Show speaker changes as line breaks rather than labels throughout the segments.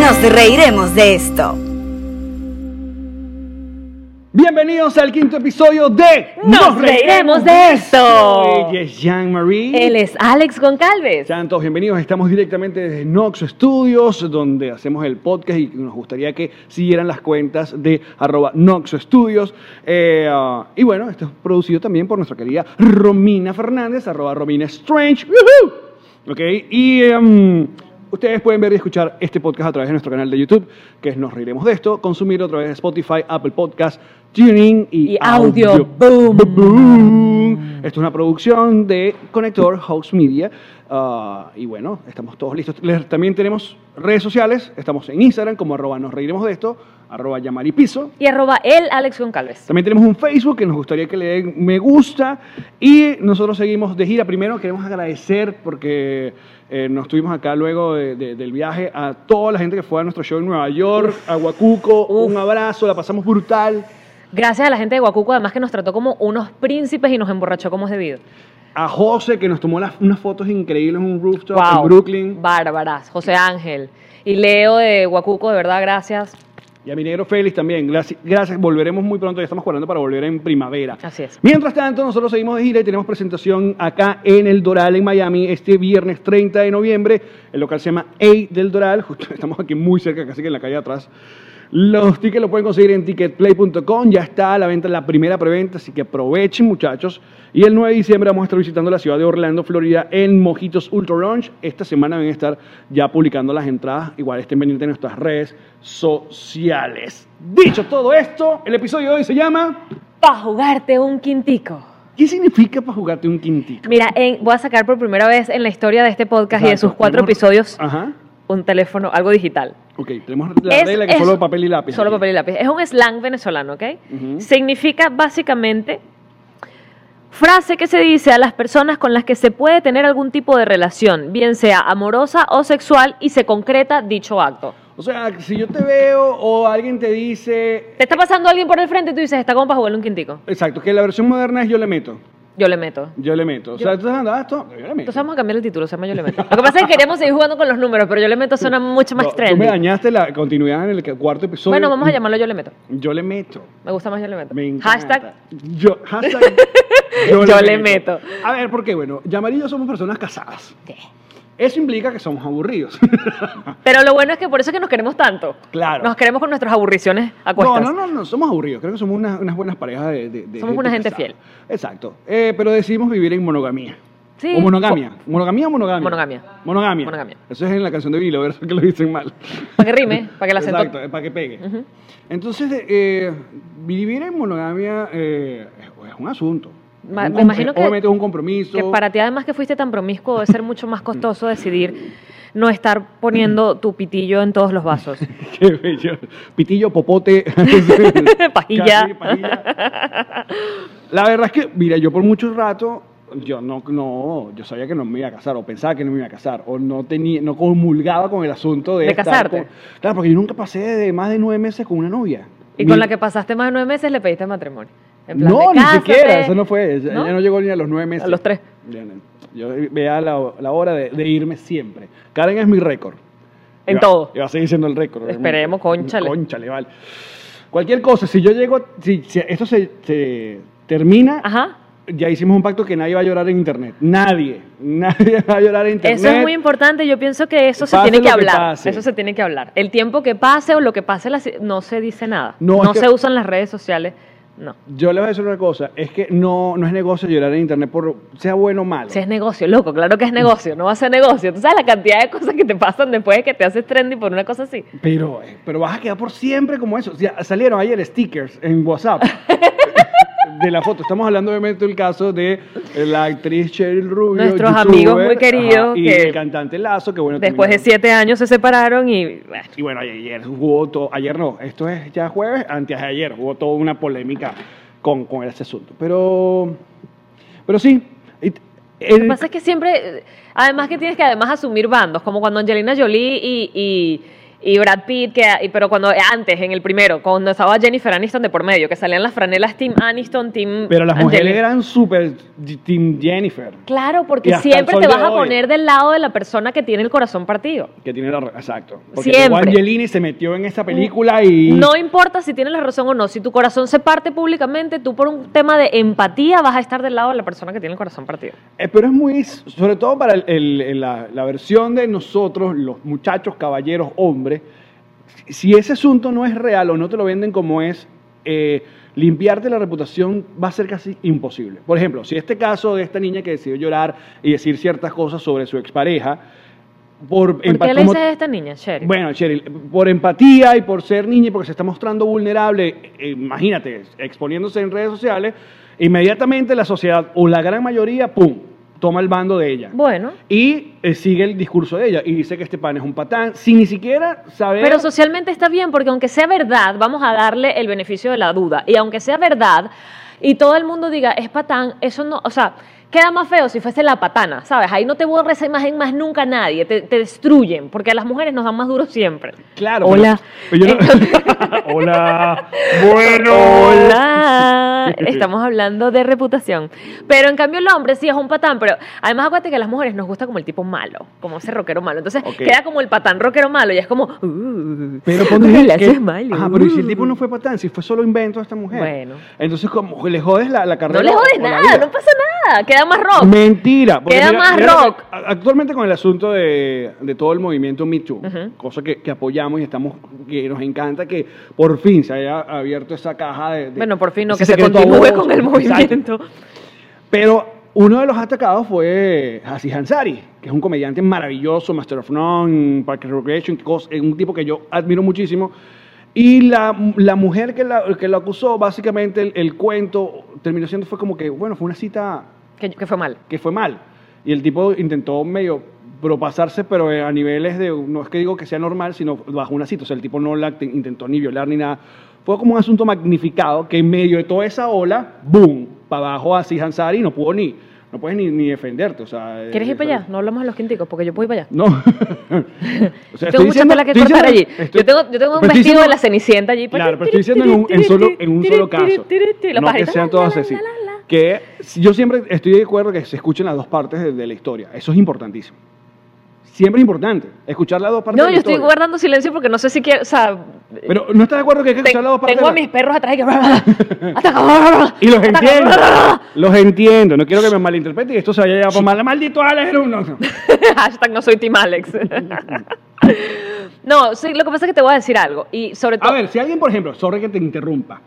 Nos reiremos de esto.
Bienvenidos al quinto episodio de
Nos reiremos de esto.
Ella es Jean-Marie.
Él es Alex Goncalves.
Sean todos bienvenidos. Estamos directamente desde Nox Studios, donde hacemos el podcast y nos gustaría que siguieran las cuentas de arroba Nox Studios. Eh, ah, y bueno, esto es producido también por nuestra querida Romina Fernández, arroba Romina Strange. ¡Yujú! Ok, y em, ustedes pueden ver y escuchar este podcast a través de nuestro canal de YouTube, que es Nos Reiremos de Esto, consumirlo a través de Spotify, Apple Podcast, Tuning y,
Y audio. Boom.
Boom. Esto es una producción de Conector House Media. Ah, y bueno, estamos todos listos. Les- también tenemos redes sociales. Estamos en Instagram como arroba nos reiremos de esto, arroba llamar y piso.
Y arroba él, Alex Goncalves.
También tenemos un Facebook que nos gustaría que le den me gusta. Y nosotros seguimos de gira. Primero queremos agradecer porque eh, nos estuvimos acá luego de- de- del viaje a toda la gente que fue a nuestro show en Nueva York, a Huacuco.
Uf.
Un abrazo, la pasamos brutal.
Gracias a la gente de Guacuco, además que nos trató como unos príncipes y nos emborrachó como es debido.
A José que nos tomó las- unas fotos increíbles en un rooftop
Wow.
en Brooklyn.
Bárbaras. José Ángel. Y Leo de Guacuco, de verdad, gracias.
Y a mi negro Félix también. Gracias, gracias. Volveremos muy pronto. Ya estamos cuadrando para volver en primavera.
Así es.
Mientras tanto, nosotros seguimos de gira y tenemos presentación acá en el Doral, en Miami, este viernes 30 de noviembre. El local se llama A del Doral. Justo estamos aquí muy cerca, casi que en la calle de atrás. Los tickets los pueden conseguir en ticketplay.com. Ya está a la venta la primera preventa, así que aprovechen, muchachos. Y el 9 de diciembre vamos a estar visitando la ciudad de Orlando, Florida, en Mojitos Ultra Lounge. Esta semana van a estar ya publicando las entradas. Igual estén pendientes de nuestras redes sociales. Dicho todo esto, el episodio de hoy se llama.
Para jugarte un quintico.
¿Qué significa para jugarte un quintico?
Mira, en- voy a sacar por primera vez en la historia de este podcast y de
Exacto, Ah.
sus cuatro
tenemos-
episodios
Ajá.
un teléfono, algo digital.
Ok, tenemos la
Es-
regla que
es-
solo papel y lápiz.
Solo papel y lápiz. Es un slang venezolano, ¿ok?
Ujú.
Significa básicamente frase que se dice a las personas con las que se puede tener algún tipo de relación, bien sea amorosa o sexual, y se concreta dicho acto.
O sea, si yo te veo o alguien te dice.
Te está pasando alguien por el frente y tú dices, está como para jugarle un quintico.
Exacto, que la versión moderna es yo le meto.
Yo le meto.
Yo le meto. O sea, tú estás andando esto, yo le meto.
Entonces vamos a cambiar el título, se llama Yo le meto. Lo que pasa es que queríamos seguir jugando con los números, pero Yo le meto suena mucho más
No, Tú me
trendy.
dañaste la continuidad en el que- cuarto episodio.
Bueno, vamos a llamarlo Yo le meto.
Yo le meto.
Me gusta más Yo le meto.
Me encanta.
Hashtag
Yo, hashtag.
Yo le meto.
A ver, ¿por qué? Bueno, Yamar y yo somos personas casadas.
Sí.
Eso implica que somos aburridos.
Pero lo bueno es que por eso es que nos queremos tanto.
Claro.
Nos queremos con nuestras aburriciones a
No,
cuestas.
no, no, no, somos aburridos. Creo que somos unas, unas buenas parejas de, de- de
Somos una gente
casada.
fiel.
Exacto. Eh, pero decidimos vivir en monogamía.
Sí.
O monogamia. ¿Monogamia o monogamia?
Monogamia.
Monogamia.
Monogamia.
Eso es en la canción de Vilo, ¿verdad? Que lo dicen mal.
Para que rime, para que la acento.
Exacto, eh, para que pegue. Entonces, eh, vivir en monogamia eh, es, es un asunto.
Ma-
Un
me
com-
imagino que-
Obviamente es un compromiso.
Que para ti además que fuiste tan promiscuo debe ser mucho más costoso decidir no estar poniendo tu pitillo en todos los vasos.
Qué bello. Pitillo, popote.
Pajilla.
Casi, pajilla. La verdad es que, mira, yo por mucho rato, yo no, no, yo sabía que no me iba a casar, o pensaba que no me iba a casar, o no tenía, no comulgaba con el asunto de.
De
estar
casarte.
con- claro, porque yo nunca pasé de más de nueve meses con una novia.
Y
Ni-
con la que pasaste más de nueve meses le pediste matrimonio. En plan
No,
de,
ni
"Cásate".
siquiera, eso no fue. Ella
¿No?
ella no llegó ni a los nueve meses.
A los tres.
Ya no. Yo veía la, la hora de, de irme siempre. Karen es mi récord.
En
Iba-
todo.
Iba a seguir siendo el récord. obviamente.
Esperemos, cónchale.
Cónchale, vale. Cualquier cosa, si yo llego, si, si esto se, se termina,
Ajá.
ya hicimos un pacto que nadie va a llorar en internet. Nadie. Nadie va a llorar en internet.
Eso es muy importante. Yo pienso que eso se
Pase
tiene
lo
que
que
hablar.
pase.
eso se tiene que hablar. El tiempo que pase o lo que pase la si- no se dice nada.
No, es
No,
que-
se usan las redes sociales. No.
Yo les voy a decir una cosa, es que no, no es negocio llorar en internet por sea bueno o malo.
Si es negocio, loco, claro que es negocio, no va a ser negocio. Tú sabes la cantidad de cosas que te pasan después de que te haces trendy por una cosa así.
Pero, eh, pero vas a quedar por siempre como eso. O sea, salieron ayer stickers en WhatsApp. de la foto. Estamos hablando obviamente del caso de eh, la actriz Cheryl Rubio.
Nuestros
youtuber,
amigos muy queridos
ajá, Y
que-
el cantante Lazo, que bueno.
Después de
terminaron-
siete años se separaron y bueno,
Y bueno, ayer hubo todo, ayer no, esto es ya jueves, antes de ayer hubo toda una polémica con, con ese asunto. Pero, pero sí. it-
Lo
el-
que pasa es que siempre, eh, además que tienes que además asumir bandos, como cuando Angelina Jolie y, y- y Brad Pitt, que, y- pero cuando eh, antes, en el primero, cuando estaba Jennifer Aniston de por medio, que salían las franelas Team Aniston, Team
pero las mujeres
Angelina.
eran súper Team Jennifer,
Claro,
Y
porque
hasta el
siempre
sol
te
de
vas a
hoy.
poner del lado de la persona que tiene el corazón partido.
que tiene la... Exacto. Porque
Siempre.
llegó Angelina y se metió en esta película y...
No importa si tienes la razón o no, si tu corazón se parte públicamente, tú por un tema de empatía vas a estar del lado de la persona que tiene el corazón partido.
Eh, pero es muy, sobre todo para el- el- el- la, la versión de nosotros, los muchachos, caballeros, hombres, si- si ese asunto no es real o no te lo venden como es, eh, limpiarte la reputación va a ser casi imposible. Por ejemplo, si este caso de esta niña que decidió llorar y decir ciertas cosas sobre su expareja, por
¿Por
empa-
qué le
como-
dices a esta niña, Sherry?
bueno, Cheryl, por empatía y por ser niña y porque se está mostrando vulnerable, eh, imagínate, exponiéndose en redes sociales, inmediatamente la sociedad o la gran mayoría, ¡pum!, toma el bando de ella.
Bueno.
Y eh, sigue el discurso de ella y dice que este pan es un patán, sin ni siquiera saber...
Pero socialmente está bien, porque aunque sea verdad, vamos a darle el beneficio de la duda. Y aunque sea verdad, y todo el mundo diga, es patán, eso no, o sea, queda más feo si fuese la patana, ¿sabes? Ahí no te borra esa imagen más nunca nadie, te, te destruyen, porque a las mujeres nos dan más duro siempre.
Claro.
Hola.
pero- pero yo no-
Entonces-
Hola. Bueno.
Hola, estamos hablando de reputación. Pero en cambio el hombre sí es un patán, pero además acuérdate que a las mujeres nos gusta como el tipo malo, como ese rockero malo. Entonces
Ok.
queda como el patán rockero malo y es como... "Uh,
Pero ponte
el
que-
lazo es malo.
Ajá, pero ¿y si el tipo no fue patán, si fue solo invento de esta mujer.
Bueno.
Entonces, como le jodes la, la carrera.
No le jodes
o la
nada,
vida.
no pasa nada, queda más rock.
Mentira. porque
Queda más
lo que-
rock.
a- Actualmente con el asunto de, de todo el movimiento Me Too,
Ujú.
cosa que, que apoyamos y estamos, que nos encanta que por fin se haya abierto esa caja de... de-
Bueno, por fin no,
ese
que se
secreto a
continúe
voces.
con el
Exacto.
movimiento.
Pero uno de los atacados fue Aziz Ansari, que es un comediante maravilloso, Master of None, Park and Recreation, cos- eh, un tipo que yo admiro muchísimo. Y la, la mujer que, la- que lo acusó, básicamente el, el cuento terminó siendo, fue como que, bueno, fue una cita
Que, que fue mal.
que fue mal. Y el tipo intentó medio propasarse, pero eh, a niveles de, no es que digo que sea normal, sino bajo una cita. O sea, el tipo no la te- intentó ni violar ni nada. Fue como un asunto magnificado que en medio de toda esa ola, ¡boom! Para abajo a Hansari y no pudo ni, no puedes ni, ni defenderte. O sea, eh,
¿Quieres ir para
eso-
allá? No hablamos de los quinticos, porque yo puedo ir para allá.
No. O sea,
tengo mucha tela que
estoy
cortar allí.
diciendo-
yo
estoy-
tengo, yo tengo un
pero estoy
vestido de
diciendo-
la Cenicienta allí.
Claro, pero estoy diciendo en un, en solo, en un solo caso.
Y los
No que
pajaritos,
sean
la,
todos
la,
así.
la, la, la.
Que si- yo siempre estoy de acuerdo que se escuchen las dos partes de, de la historia. Eso es importantísimo. Siempre es importante. Escuchar las dos partes
No,
de
yo
la
estoy
historia.
guardando silencio porque no sé si quiero, o sea...
Pero no estás de acuerdo que hay que
te-
escuchar las dos partes.
tengo a
de la-
mis perros atrás y que... ataca,
Y los
ataca,
entiendo. los entiendo. No quiero que me malinterpreten y esto se vaya a llamar maldito Alex. no, no, no.
Hashtag no soy Team Alex. no, sí, lo que pasa es que te voy a decir algo. Y sobre todo...
A ver, si alguien, por ejemplo, sorry que te interrumpa,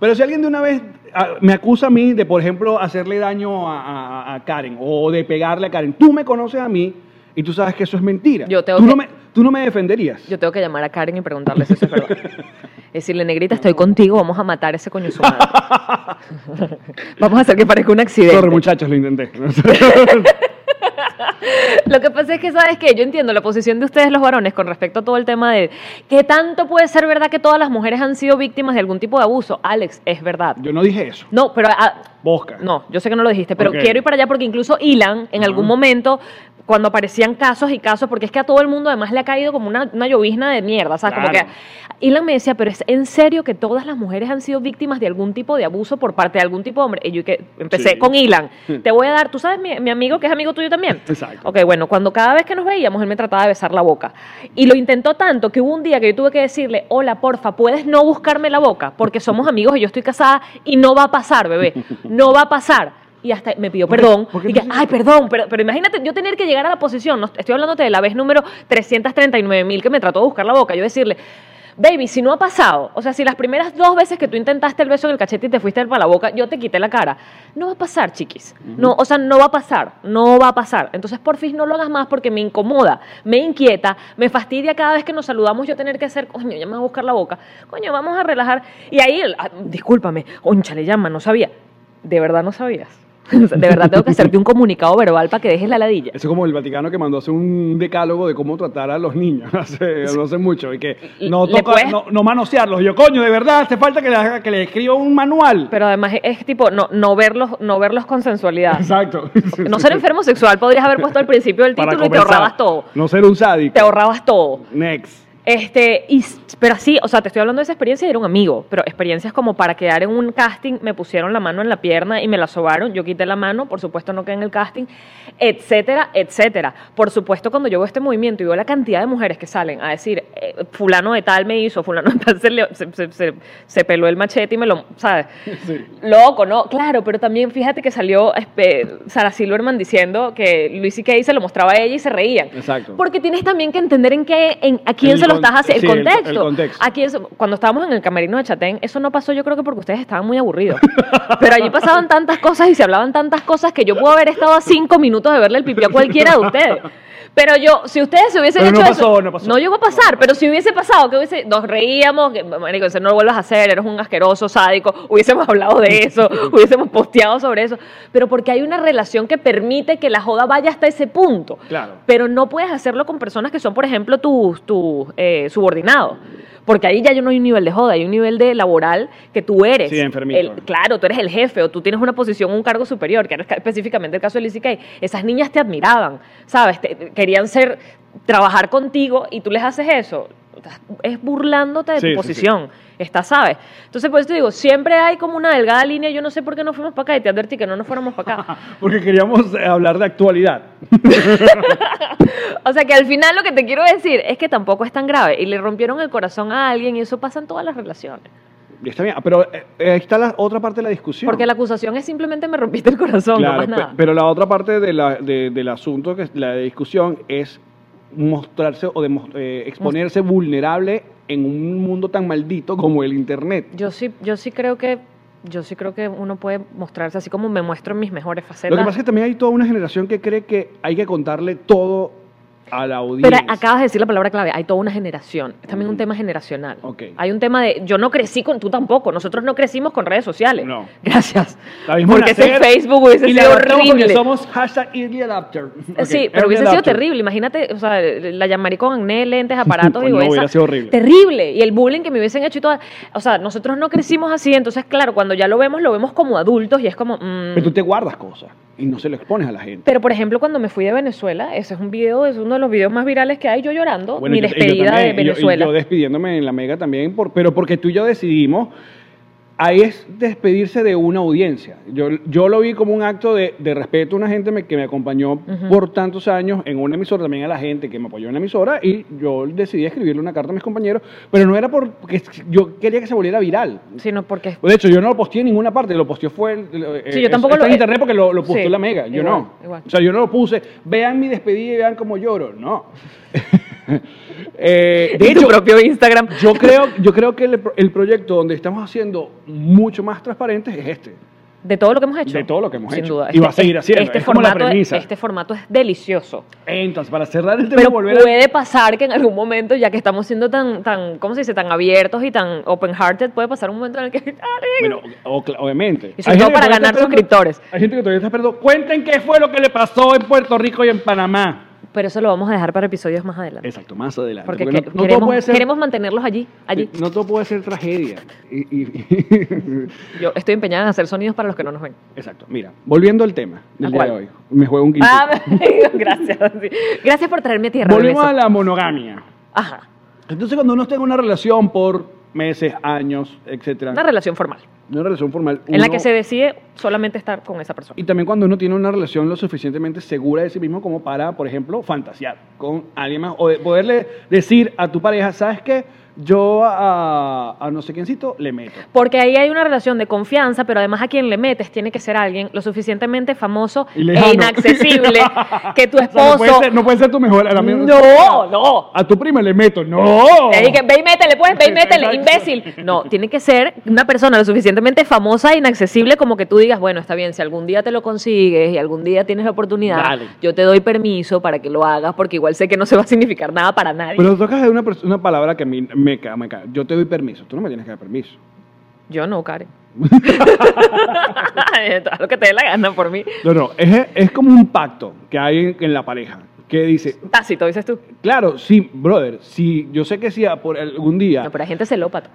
pero si alguien de una vez ah, me acusa a mí de, por ejemplo, hacerle daño a, a- a Karen o de pegarle a Karen, tú me conoces a mí y tú sabes que eso es mentira.
Yo tengo
tú,
que-
no me, tú no me defenderías.
Yo tengo que llamar a Karen y preguntarle si eso es verdad. Decirle, negrita, estoy contigo, vamos a matar a ese coño de su madre. vamos a hacer que parezca un accidente.
Sorry, muchachos, lo intenté.
Lo que pasa es que, ¿sabes qué? Yo entiendo la posición de ustedes los varones con respecto a todo el tema de que tanto puede ser verdad que todas las mujeres han sido víctimas de algún tipo de abuso. Alex, es verdad.
Yo no dije eso.
No, pero ah,
Bosca.
No, yo sé que no lo dijiste, pero
Ok.
quiero ir para allá porque incluso Ilan, en algún momento, cuando aparecían casos y casos, porque es que a todo el mundo además le ha caído como una, una llovizna de mierda, ¿sabes? Como
Claro.
que Ilan me decía, pero es en serio que todas las mujeres han sido víctimas de algún tipo de abuso por parte de algún tipo de hombre. Y yo que empecé
Sí.
con Ilan,
Hmm.
te voy a dar, tú sabes, mi, mi amigo que es amigo tuyo también.
Exacto.
Ok, bueno, cuando cada vez que nos veíamos, él me trataba de besar la boca. Y lo intentó tanto que hubo un día que yo tuve que decirle, hola, porfa, puedes no buscarme la boca, porque somos amigos y yo estoy casada y no va a pasar, bebé, no va a pasar. Y hasta me pidió
¿Por qué-
perdón.
por qué
y que,
entonces-
ay, perdón, pero, pero imagínate yo tener que llegar a la posición, no, estoy hablándote de la vez número 339 mil que me trató de buscar la boca, yo decirle... baby, si no ha pasado, o sea, si las primeras dos veces que tú intentaste el beso en el cachete y te fuiste para la boca, yo te quité la cara, no va a pasar, chiquis. No, o sea, no va a pasar, no va a pasar. Entonces, por fin no lo hagas más porque me incomoda, me inquieta, me fastidia cada vez que nos saludamos yo tener que hacer, coño, ya me va a buscar la boca, coño, vamos a relajar. Y ahí, el, ah, discúlpame, oncha le llama, no sabía. De verdad no sabías. De verdad tengo que hacerte un comunicado verbal para que dejes la ladilla.
Eso es como el Vaticano que mandó hacer un decálogo de cómo tratar a los niños hace, no hace mucho y que
Y-
no,
le
toca,
puedes-
no, no manosearlos. Yo, coño, de verdad, hace falta que le, haga- que le escriba un manual.
Pero además es tipo no, no verlos, no verlos con sensualidad.
Exacto.
No ser enfermo sexual podrías haber puesto al principio del
Para
título y te
comenzar,
ahorrabas todo.
No ser un sádico.
Te ahorrabas todo.
Next.
Este, y, s- pero así, o sea, te estoy hablando de esa experiencia y era un amigo, pero experiencias como para quedar en un casting, me pusieron la mano en la pierna y me la sobaron, yo quité la mano, por supuesto no quedé en el casting, etcétera, etcétera. Por supuesto, cuando yo veo este movimiento y veo la cantidad de mujeres que salen a decir, eh, fulano de tal me hizo, fulano de tal se, le- se- se- se- se peló el machete y me lo, ¿sabes?
Sí.
Loco, ¿no? Claro, pero también fíjate que salió este, Sarah Silverman diciendo que Luis y se lo mostraba a ella y se reían.
Exacto.
Porque tienes también que entender en qué, en, a quién
El
se
con-
lo estás haciendo,
sí,
el,
el-
contexto.
el contexto.
A quién se- cuando estábamos en el camerino de Chatén, eso no pasó yo creo que porque ustedes estaban muy aburridos. Pero allí pasaban tantas cosas y se hablaban tantas cosas que yo puedo haber estado a cinco minutos de verle el pipi a cualquiera de ustedes. Pero yo, si ustedes se hubiesen
Pero no
hecho
pasó,
eso,
no pasó.
llegó a pasar, pero si hubiese pasado, que hubiese, nos reíamos, que, marico, eso no lo vuelvas a hacer, eres un asqueroso, sádico, hubiésemos hablado de eso, hubiésemos posteado sobre eso, pero porque hay una relación que permite que la joda vaya hasta ese punto.
Claro.
Pero no puedes hacerlo con personas que son, por ejemplo, tus tus, eh, subordinados. Porque ahí ya yo no hay un nivel de joda, hay un nivel de laboral que tú eres.
Sí, enfermito.
El- claro, tú eres el jefe o tú tienes una posición, un cargo superior, que era esca- específicamente el caso de Lizzie Kay. Esas niñas te admiraban, ¿sabes? Te- querían ser, trabajar contigo y tú les haces eso. Estás- Es burlándote de
Sí, sí,
tu
sí.
posición. Está, ¿sabes? Entonces, por eso te digo, siempre hay como una delgada línea. Yo no sé por qué no fuimos para acá y te advertí que no nos fuéramos para acá.
Porque queríamos eh, hablar de actualidad.
O sea que al final lo que te quiero decir es que tampoco es tan grave. Y le rompieron el corazón a alguien y eso pasa en todas las relaciones.
Y Está bien, pero eh, ahí está la otra parte de la discusión.
Porque la acusación es simplemente me rompiste el corazón, no
Claro,
más nada.
pe- pero la otra parte de la- de- del asunto, que es la discusión, es mostrarse o demos- eh, exponerse vulnerable en un mundo tan maldito como el Internet.
Yo sí, yo sí creo que, yo sí creo que uno puede mostrarse así como me muestro en mis mejores facetas.
Lo que pasa es que también hay toda una generación que cree que hay que contarle todo a la
pero
audiencia.
acabas de decir la palabra clave, hay toda una generación. Es también un tema generacional.
Mm. Ok.
Hay un tema de, yo no crecí con, tú tampoco, nosotros no crecimos con redes sociales.
No.
Gracias.
La misma
Porque ese
nacer,
Facebook hubiese
y la
sido
adoptamos porque
horrible.
somos hashtag early adapter. Ok,
sí, pero
early
hubiese sido
adapter.
terrible. Imagínate, o sea, la llamaré con acné, lentes, aparatos
Coño,
y
hubiera sido horrible.
Terrible. Y el bullying que me hubiesen hecho y todo. O sea, nosotros no crecimos así. Entonces, claro, cuando ya lo vemos, lo vemos como adultos y es como. mm.
Pero tú te guardas cosas y no se lo expones a la gente.
Pero, por ejemplo, cuando me fui de Venezuela, ese es un video, es uno de los videos más virales que hay, yo llorando,
Bueno,
mi
yo- y yo
despedida
también,
de
y yo- y
Venezuela.
Yo, despidiéndome en la mega también, por- pero porque tú y yo decidimos, ahí es despedirse de una audiencia. Yo, yo lo vi como un acto de, de respeto a una gente me- que me acompañó por tantos años en una emisora, también a la gente que me apoyó en la emisora, y yo decidí escribirle una carta a mis compañeros, pero no era por- porque yo quería que se volviera viral.
Sino porque.
Pues, De hecho, yo no lo posteé en ninguna parte, lo posteó fue eh, el, el-
Sí, yo
el-
tampoco
esto
lo-
en internet porque lo, lo posteó
Sí,
la mega, yo
igual,
no.
igual.
O sea, yo no lo puse, vean mi despedida y vean cómo lloro, no. Eh, de
y tu
hecho,
propio Instagram.
yo creo, yo creo que el, pro- el proyecto donde estamos haciendo mucho más transparentes es este.
De todo lo que hemos hecho.
De todo lo que hemos
Sin
hecho.
duda.
Y va a seguir haciendo,
Este
es como la
formato-
premisa.
Este formato es delicioso.
Entonces, para cerrar el tema,
Pero
y volver a-
puede pasar que en algún momento, ya que estamos siendo tan, tan, ¿cómo se dice? Tan abiertos y tan open-hearted, puede pasar un momento en el que...
Bueno, o- o- obviamente.
Y sobre todo
gente que todavía
para
está
ganar
esperando-
suscriptores.
Hay gente que todavía está esperando. Cuenten qué fue lo que le pasó en Puerto Rico y en Panamá.
Pero eso lo vamos a dejar para episodios más adelante.
Exacto, más adelante.
Porque
Porque
que-
no- no todo
queremos,
puede ser-
queremos mantenerlos allí, allí.
Eh, No todo puede ser tragedia. Y- y-
Yo estoy empeñada en hacer sonidos para los que no nos ven.
Exacto. Mira, volviendo al tema del día
¿A
de
cuál?
hoy. Me juego un quinto.
Ah, gracias. sí. Gracias por traerme a tierra.
Volvemos
Vanessa.
a la monogamia.
Ajá.
Entonces, cuando uno está en una relación por meses, años, etcétera,
Una relación formal,
una relación formal,
en la
uno-
que se decide solamente estar con esa persona.
y también cuando uno tiene una relación lo suficientemente segura de sí mismo como para, por ejemplo, fantasear con alguien más o de poderle decir a tu pareja, ¿sabes qué? yo a, a no sé quiéncito le meto.
Porque ahí hay una relación de confianza, pero además a quien le metes tiene que ser alguien lo suficientemente famoso
Y
e
lejano.
inaccesible que tu
O sea, no, puede
esposo.
ser, no puede ser tu mejor amigo.
no, no.
A tu prima le meto, no.
Y ahí que ve y métele, pues, ve y métele,
Exacto.
imbécil. No, tiene que ser una persona lo suficientemente famosa e inaccesible como que tú digas, bueno, está bien, si algún día te lo consigues y algún día tienes la oportunidad,
Dale.
yo te doy permiso para que lo hagas porque igual sé que no se va a significar nada para nadie.
Pero tocas de una, pers- una palabra que a mí me cae, me cae. Yo te doy permiso, tú no me tienes que dar permiso.
yo no, Karen. Haz lo que te dé la gana por mí.
No, no, es, es como un pacto que hay en, en la pareja que dice,
Tácito, dices tú.
claro, sí, brother, si yo sé que si a- por algún día,
No, pero hay gente celópata.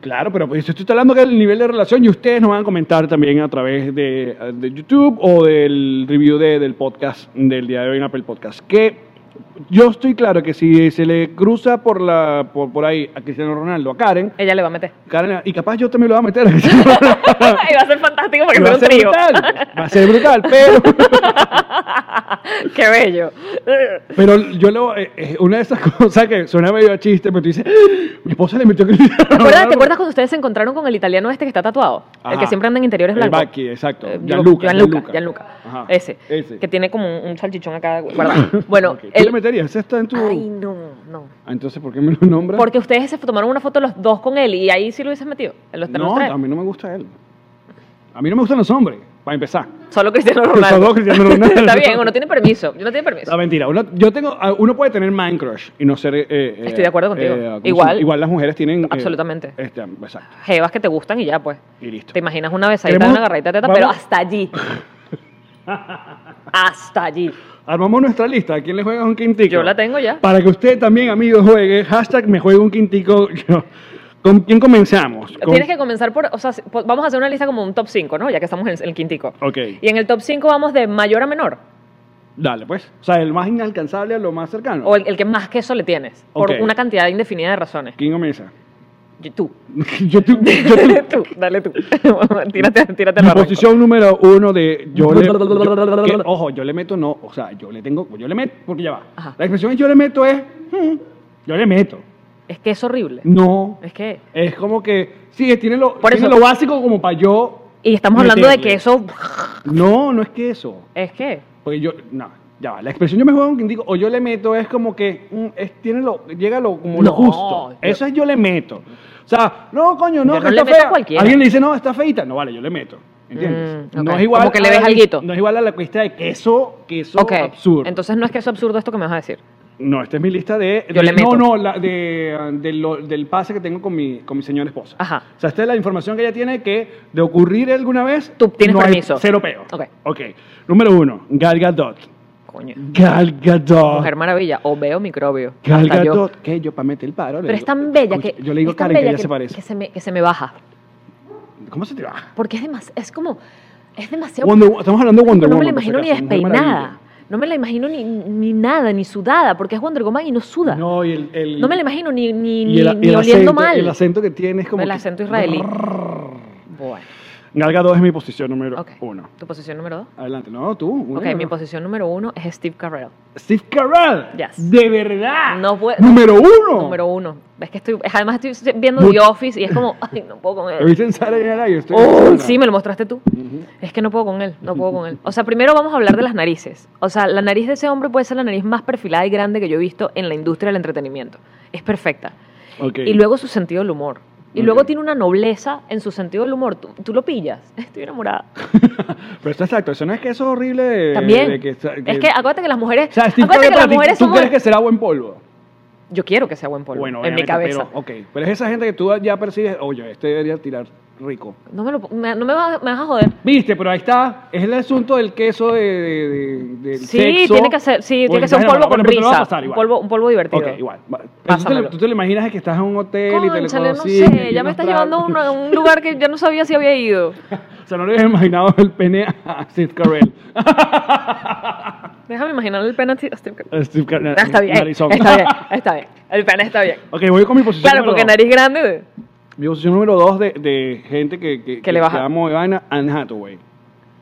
claro, pero pues estoy hablando que el nivel de relación y ustedes nos van a comentar también a través de, de YouTube o del review de- del podcast del día de hoy en Apple Podcast, que yo estoy claro que si se le cruza por la por, por ahí a Cristiano Ronaldo, a Karen,
Ella le va a meter.
Karen, y capaz yo también lo voy a meter a Cristiano Ronaldo.
y va a ser fantástico porque
va
es
a
un
ser
trío.
brutal, va a ser brutal, pero...
Qué bello.
Pero yo lo, eh, eh, una de esas cosas que suena medio a chiste, pero tú dices, ¡Ah! mi esposa le metió Cristiano
¿Te acuerdas,
Ronaldo".
¿Te acuerdas cuando ustedes se encontraron con el italiano este que está tatuado? El que
Ajá.
siempre anda en interiores
El
blancos.
Baki, exacto.
Eh,
Gianluca,
Gianluca.
Gianluca.
Gianluca.
Ajá.
Ese,
Ese.
Que tiene como un, un salchichón acá guardado. Bueno,
Ok, ¿Tú
él-
le meterías? ¿Ese está en tu...?
Ay, no, no.
Ah, Entonces, ¿por qué me lo nombras?
Porque ustedes se tomaron una foto los dos con él y ahí sí lo hubiesen metido. en Los
No,
los tres.
a mí no me gusta él. A mí no me gustan los hombres, para empezar.
Solo Cristiano
Solo
Ronaldo.
Cristiano Ronaldo.
está bien, uno tiene permiso. Yo no tiene permiso.
La mentira. Uno, yo tengo, ah, uno puede tener mind crush y no ser... eh, eh,
Estoy de acuerdo contigo.
¿cómo se
Igual-
llama? Igual las mujeres tienen... eh,
Absolutamente.
este, exacto.
Jevas que te gustan y ya, pues.
Y listo.
Te imaginas una besadita,
Queremos-
una garraita de teta,
vamos-
pero hasta allí. hasta allí.
Armamos nuestra lista. ¿A quién le juega un quintico?
Yo la tengo ya.
Para que usted también, amigos, juegue. Hashtag me juego un quintico. Yo- ¿Con quién comenzamos? Con-
Tienes que comenzar por, o sea, si- po- vamos a hacer una lista como un top 5, ¿no? Ya que estamos en el- el quintico.
Ok.
Y en el top 5 vamos de mayor a menor,
Dale, pues. O sea, el más inalcanzable a lo más cercano.
o el, el que más queso le tienes, por
Ok.
una cantidad indefinida de razones.
¿Quién comienza?
Y Tú.
yo te- yo te-
tú, dale tú. tírate, tírate al
Mi
barranco.
posición número uno de yo le yo- que, ojo yo le meto no o sea yo le tengo yo le meto porque ya va
Ajá.
la expresión yo le meto es hmm, yo le meto
Es que es horrible.
no
Es que...
es como que sí tiene lo
Por
tiene
eso-
lo básico como para yo
Y estamos hablando de
meterle.
que eso...
no no es que eso
Es que...
Porque yo, no, ya va. La expresión yo me juego un quintico o yo le meto es como que mm, es, tiene lo, llega lo, como lo
No,
justo.
yo-
Eso es yo le meto. O sea, no, coño, no,
Yo
que
no le
está
meto a
fea.
cualquiera.
Alguien le dice, no, está feita. No, vale, yo le meto. ¿Entiendes?
Mm, ok.
No es igual.
Como que le
a
ves
la-
alguito.
No es igual a la cuesta de queso, queso
Ok.
absurdo.
Entonces no es queso absurdo esto que me vas a decir.
no, esta es mi lista de.
Yo
de-
le meto.
No, no, la- de, de lo- del pase que tengo con mi, con mi señora esposa.
Ajá.
O sea, esta es la información que ella tiene que de ocurrir alguna vez.
Tú tienes
no hay
permiso.
cero peo.
Ok.
Ok. Número uno, Gal Gadot.
Coño.
Gal Gadot.
Mujer maravilla. O veo microbio.
Gal
Hasta yo.
Gadot, que yo para meter el paro. le
Pero es
digo,
tan bella
escucha,
que...
Yo le digo
es tan
Karen que
bella
ella se parece.
Que se me, que se me baja.
¿Cómo se te va?
Porque es demasiado... Es como... Es demasiado...
Wonder- estamos hablando de Wonder
no me la
Woman. por si
imagino ni
acaso, Mujer
despeinada.
Maravilla.
No me la imagino ni, ni nada, ni sudada, porque es Wonder Woman y no suda. No,
No, y el, el-
me la imagino ni, ni,
y el-
ni- ni
y el
oliendo
acento,
mal.
El acento que tiene es como.
El
que-
acento israelí. Bueno,
Gal Gadot es mi posición número
ok.
uno.
¿Tu posición número dos?
Adelante, no, tú. uno,
Ok,
uno.
mi posición número uno es Steve Carell.
Steve Carell.
Yes.
De verdad.
No puede-
Número uno.
Número uno. Es que estoy, además estoy viendo
Bu-
The Office y es como, ay, no puedo con
¿Lo
él.
viste en Saturday Night Live? Estoy
Oh,
emocionado.
sí, me lo mostraste tú. Es que no puedo con él, no puedo con él. O sea, primero vamos a hablar de las narices. O sea, la nariz de ese hombre puede ser la nariz más perfilada y grande que yo he visto en la industria del entretenimiento. Es perfecta.
Ok.
Y luego su sentido del humor. Y
Ok.
luego tiene una nobleza en su sentido del humor. Tú, tú lo pillas. Estoy enamorada.
Pero está exacto. Eso no es que eso es horrible. de-
También.
de que- que-
es que acuérdate que las mujeres.
O sea, Steve
acuérdate
Carell,
que las
para ti,
mujeres
¿tú
somos.
crees que será buen polvo?
Yo quiero que sea buen polvo.
Bueno,
en mi
obviamente,
cabeza.
Pero, ok, pero es esa gente que tú ya percibes, oye, este debería tirar rico.
No me lo. me- no me vas, me vas a joder.
Viste, pero ahí está, es el asunto del queso de, de, de- del
Sí,
sexo.
tiene que ser, sí, tiene
Porque
que ser un
estás
polvo con
enamorado, pero te lo va a
risa.
pasar
un,
igual.
polvo, un polvo divertido.
Ok, igual. Va- Pero tú, te,
Pásamelo.
lo- tú te lo imaginas que estás en un hotel y te lo
Cónchale, no
conocí.
sé. Ya me estás llevando a un, a un lugar que yo no sabía si había ido.
O sea, no le había imaginado el pene a Steve Carell.
Déjame imaginar el penalti. Ah,
A Steve Carell.
Está bien,
Eh, narizón.
está bien, está bien. El pen está bien.
Ok, voy con mi posición.
Claro,
número
porque
dos.
nariz grande.
Mi posición número dos de, de gente que, que,
Que le baja.
que amo de vaina, Anne Hathaway.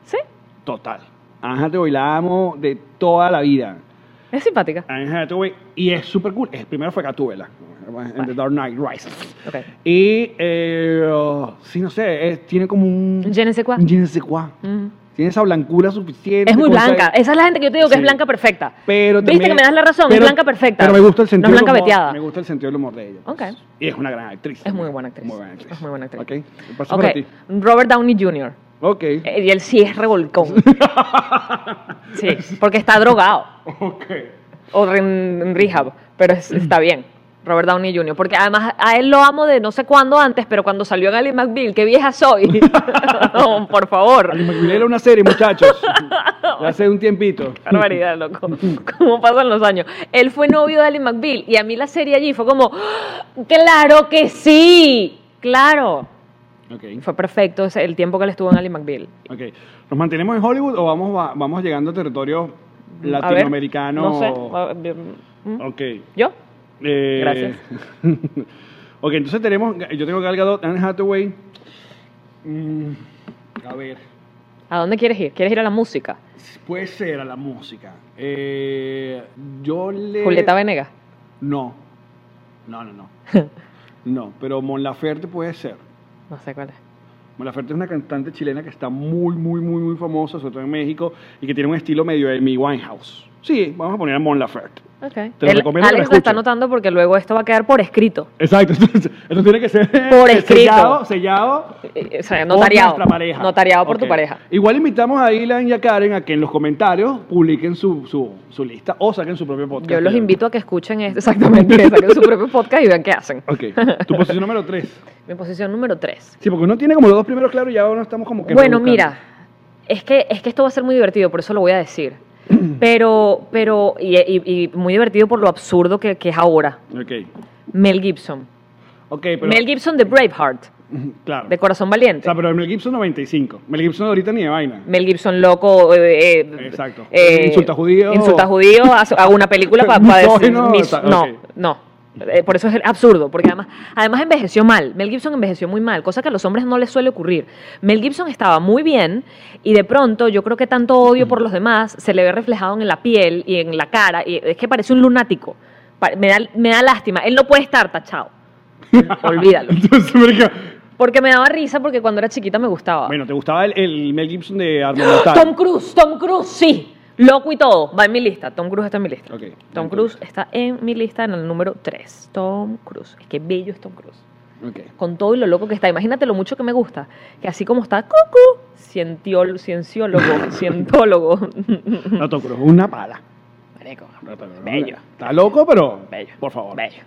Sí,
Total. Anne Hathaway la amo de toda la vida.
es simpática.
Ah. Anne Hathaway y es súper cool. El primero fue Gatúbela. en The Dark Knight Rises.
Ok.
Y, eh, oh, sí, no sé, es- tiene como un...
Je ne sais quoi.
un je ne sais quoi.
Ujú.
Tiene esa blancura suficiente.
Es muy
cosa-
blanca. Esa es la gente que yo te digo que
Sí.
es blanca perfecta.
Pero
Viste
también-
que me das la razón, es
pero-
blanca perfecta.
Pero me gusta el sentido
No es blanca
del humor,
veteada.
Me gusta el sentido del humor de ella.
Ok.
Y es una gran actriz.
Es muy
también.
buena actriz.
Muy buena actriz.
Es muy buena actriz.
Ok. Me paso
Ok,
para ti.
Robert Downey Jr.
Ok.
Eh, Y él sí es revolcón. sí, porque está drogado
Ok.
o re- en rehab, pero es- está bien. Robert Downey Jr., porque además a él lo amo de no sé cuándo antes, pero cuando salió en Ali McBeal, qué vieja soy. No, por favor.
Ali McBeal era una serie, muchachos. De Hace un tiempito.
Barbaridad, loco. ¿Cómo pasan los años? Él fue novio de Ali McBeal y a mí la serie allí fue como, ¡Ah! ¡claro que sí! ¡Claro!
Ok.
Y fue perfecto ese- el tiempo que él estuvo en Ali McBeal.
Ok. ¿Nos mantenemos en Hollywood o vamos, va- vamos llegando a territorio
A ver,
latinoamericano?
no sé. a- ¿Mm?
Ok.
¿Yo?
Eh,
Gracias.
ok, entonces tenemos. Yo tengo Gal Gadot, Anne Hathaway. Mm, a ver.
¿A dónde quieres ir? ¿Quieres ir a la música?
Puede ser a la música. Eh, yo le.
Julieta Venegas.
No. No, no, no. No, pero Mon Laferte puede ser.
No sé cuál es.
Mon Laferte es una cantante chilena que está muy, muy, muy, muy famosa, sobre todo en México, y que tiene un estilo medio de mi Winehouse. Sí, vamos a poner a Mon Laferte.
Okay.
Te lo
Él-
recomiendo que lo
Alex lo
escuches.
está anotando porque luego esto va a quedar por escrito.
Exacto, entonces, entonces tiene que ser
Por escrito.
sellado, sellado
Eh, O sea,
por
notariado.
nuestra pareja.
Notariado por
Ok.
tu pareja.
Igual invitamos a Ilan y a Karen a que en los comentarios publiquen su, su, su lista o saquen su propio podcast.
Yo los invito a que escuchen este, exactamente, que saquen su propio podcast y vean qué hacen.
Ok, tu posición número 3.
Mi posición número 3.
Sí, porque uno tiene como los dos primeros claros y ya uno estamos como que.
Bueno,
rebuscando.
mira, es que, es que esto va a ser muy divertido, por eso lo voy a decir. Pero, pero, y, y- y muy divertido por lo absurdo que, que es ahora.
Ok,
Mel Gibson.
ok, pero.
Mel Gibson de Braveheart,
Claro.
de
o
Corazón Valiente.
sea, pero Mel Gibson 95. Mel Gibson ahorita ni de vaina.
Mel Gibson loco. eh, eh,
Exacto. Insulta judío.
Insulta judío, hace- hago una película para decir.
Misógino,
mis-
está-
no,
ok.
no. Eh, Por eso es absurdo, porque además, además envejeció mal. Mel Gibson envejeció muy mal, cosa que a los hombres no les suele ocurrir. Mel Gibson estaba muy bien y de pronto yo creo que tanto odio por los demás se le ve reflejado en la piel y en la cara. Y es que parece un lunático. Pa- Me da, me da lástima. Él no puede estar tachado. Olvídalo.
Entonces, marica,
Porque me daba risa porque cuando era chiquita me gustaba.
Bueno, ¿te gustaba el, el Mel Gibson de Arnold Mortal?
Ah. Tom Cruise, Tom Cruise, sí. Loco y todo. Va en mi lista. Tom Cruise está en mi lista.
Ok,
Tom
Tom
Cruise
Cruise.
está en mi lista en el número 3. Tom Cruise. Es que bello es Tom Cruise.
Ok.
Con todo y lo loco que está. Imagínate lo mucho que me gusta. Que así como está, cucu, cientiol- cienciólogo, cientólogo.
No, Tom Cruise, una pala.
Marico,
No, pero no,
Bello.
Está loco, pero.
bello.
Por favor.
Bello.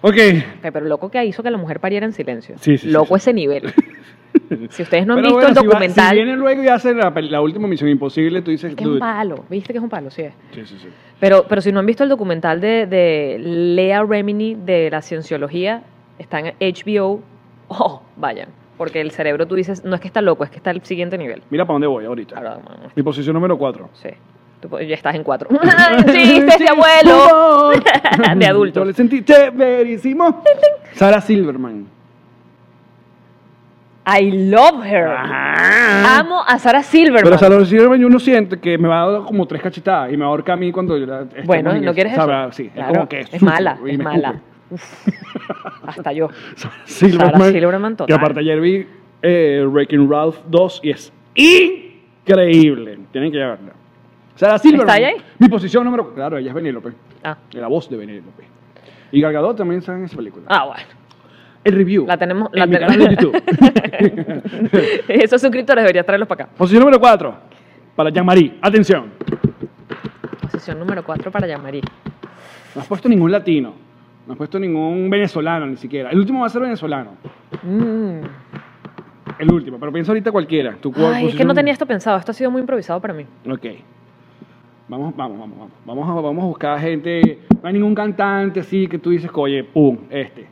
Ok.
Ok, pero loco que hizo que la mujer pariera en silencio.
Sí, sí, sí,
loco
sí.
ese nivel. si ustedes no han
Pero
visto
bueno,
el
si va-
documental.
Si, viene luego y hace la, pel- la última misión imposible, tú dices.
que es un
dude.
palo. ¿Viste que es un palo? Sí es.
Sí, sí, sí.
Pero, pero si no han visto el documental de, de Lea Remini de la cienciología, está en HBO. Oh, vayan. Porque el cerebro, tú dices, no es que está loco, es que está al siguiente nivel.
Mira para dónde voy ahorita.
Ahora, man,
Mi posición número 4.
sí. Tú po- ya estás en cuatro. ¡Chistes de este abuelo! De adulto.
Adolescente, severísimo. Sara Silverman.
I love her.
Ajá.
Amo a Sara Silverman.
Pero Sara Silverman yo uno siente que me va a dar como tres cachetadas y me va a ahorcar a mí cuando yo la- estemos
bueno,
en
¿no
eso.
quieres
Sabrá,
eso?
Sí,
Claro,
es como que
es
sufro
mala,
y
es
me
mala.
escupe.
Uf. Hasta yo.
Silverman,
Sarah Silverman total.
Que aparte ayer vi eh, Wrecking Ralph 2 y es increíble. Tienen que verla. Sara Silverman.
ahí?
Mi posición número. Claro, ella es Penélope.
Ah,
La voz de Penélope. Y Gargador también está en esa película.
ah bueno.
El review.
La tenemos.
En
la
mi
tenemos.
canal de YouTube.
Esos suscriptores deberías traerlos para acá.
Posición número 4. Para Jean-Marie. Atención.
Posición número 4 para Yamari.
No has puesto ningún latino. No has puesto ningún venezolano ni siquiera. El último va a ser venezolano.
Mm.
El último. Pero piensa ahorita cualquiera. Tu cual-
Ay, es que
posición-
no tenía esto pensado. Esto ha sido muy improvisado para mí.
Ok. Vamos, vamos, vamos, vamos. Vamos a, vamos a buscar gente. No hay ningún cantante así que tú dices, oye, pum, este.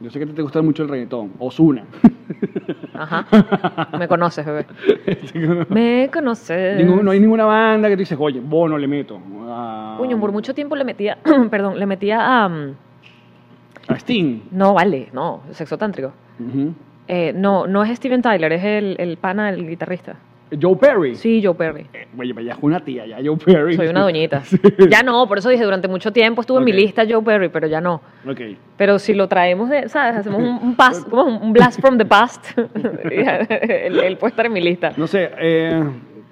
Yo sé que te gusta mucho el reggaetón. Osuna.
Ajá. Me conoces, bebé. Me conoces.
no hay ninguna banda que tú dices, oye, bono le meto. A,
Coño, por mucho tiempo le metía, perdón, le metía a... mm,
A Sting.
No, vale, no, sexo tántrico.
Ujú.
Eh, no, no es Steven Tyler, es el, el pana, el guitarrista.
Joe Perry.
Sí, Joe Perry.
Oye, ya es una tía, ya Joe Perry.
Soy una doñita. Ya no, por eso dije, durante mucho tiempo estuvo en
Ok.
mi lista Joe Perry, pero ya no.
Ok.
Pero si lo traemos de, ¿sabes? Hacemos un, un pas- ¿cómo es? un blast from the past. él, él puede estar en mi lista.
No sé, eh,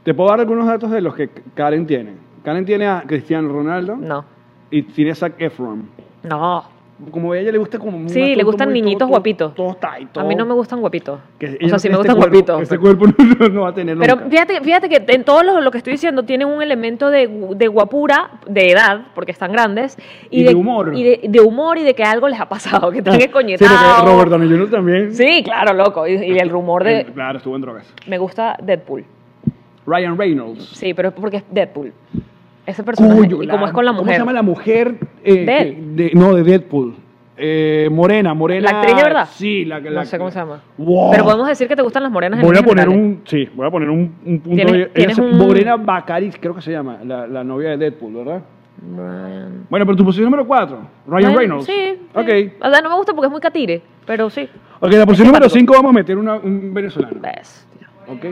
te puedo dar algunos datos de los que Karen tiene. Karen tiene a Cristiano Ronaldo
No,
y tiene a Zac Efron.
no.
Como a ella le gusta como un
Sí, le
asunto
gustan
muy-
niñitos
todo-
guapitos.
todo- todo tight,
A mí
todo-
no me gustan guapitos.
que ella
o sea,
no
sí
tiene
me
este
gustan
cuerpo,
guapitos.
Este cuerpo no, no va a tener
Pero
nunca.
fíjate, que- fíjate que en todo lo, lo que estoy diciendo tienen un elemento de, gu- de guapura, de edad, porque están grandes.
Y de humor. Ah,
Y de, de humor y de que algo les ha pasado, que están
Sí,
coñetados.
porque Robert Downey Jr. también.
Sí, claro, loco. Y, y el rumor
Eh,
de...
Claro, estuvo en drogas.
Me gusta Deadpool.
Ryan Reynolds.
Sí, pero es porque es Deadpool. Ese personaje.
Cuyo,
y como
la-
es con la
¿Cómo se
mujer.
llama la mujer? eh,
De él.
que- de- no, de Deadpool. Eh, morena, morena.
¿La actriz de verdad?
Sí, la que. la-
No sé cómo se llama.
Wow.
Pero podemos decir que te gustan las morenas en
Voy a
líneas
poner
generales.
un. Sí, voy a poner un, un punto.
Tienes-
de-
tienes
ella es
un-
Morena Bacariz, creo que se llama, la, la novia de Deadpool, ¿verdad?
Ryan.
Bueno, pero tu posición número 4, Ryan
Bueno,
Reynolds.
Sí. sí.
Ok.
O sea, no me gusta porque es muy catire, pero sí.
Ok, la posición número 5
simpático.
vamos a meter una- un venezolano.
Ves.
Ok.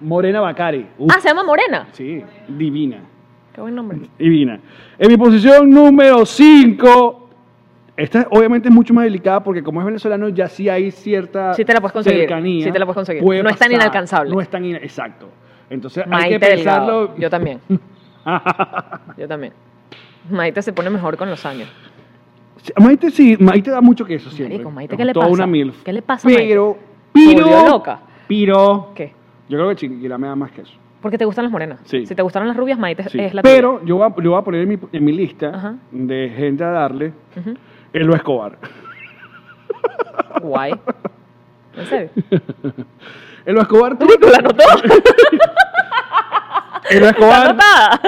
Morena Bacari. Uf,
Ah, se llama Morena.
Sí, divina.
Qué buen nombre.
Divina. En mi posición número 5. Esta obviamente es mucho más delicada porque como es venezolano ya sí hay cierta
Sí te la puedes conseguir,
cercanía.
sí te la puedes conseguir.
Puede
No es tan
pasar,
inalcanzable.
No es tan ina- exacto. Entonces hay
Maite
que pensarlo.
Delgado. Yo también. Yo también. Maite se pone mejor con los años.
Sí, Maite sí, Maite da mucho que eso siempre.
Marico, Maite,
Es
¿qué le
toda
pasa?
una milf.
¿Qué le pasa a Maite?
Pero,
Se
pero,
volvió loca.
pero,
¿Qué?
yo creo que Chiquila me da más que eso.
Porque te gustan las morenas.
Sí.
Si te gustaron las rubias, Maite
Sí.
es la tuya.
Pero yo voy, a, yo voy a poner en mi, en mi lista
Ajá.
de gente a darle
Ujú.
Elo Escobar.
Guay. ¿En serio?
Elo Escobar, tú-
Marico, la notó.
Elo Escobar
Anotada.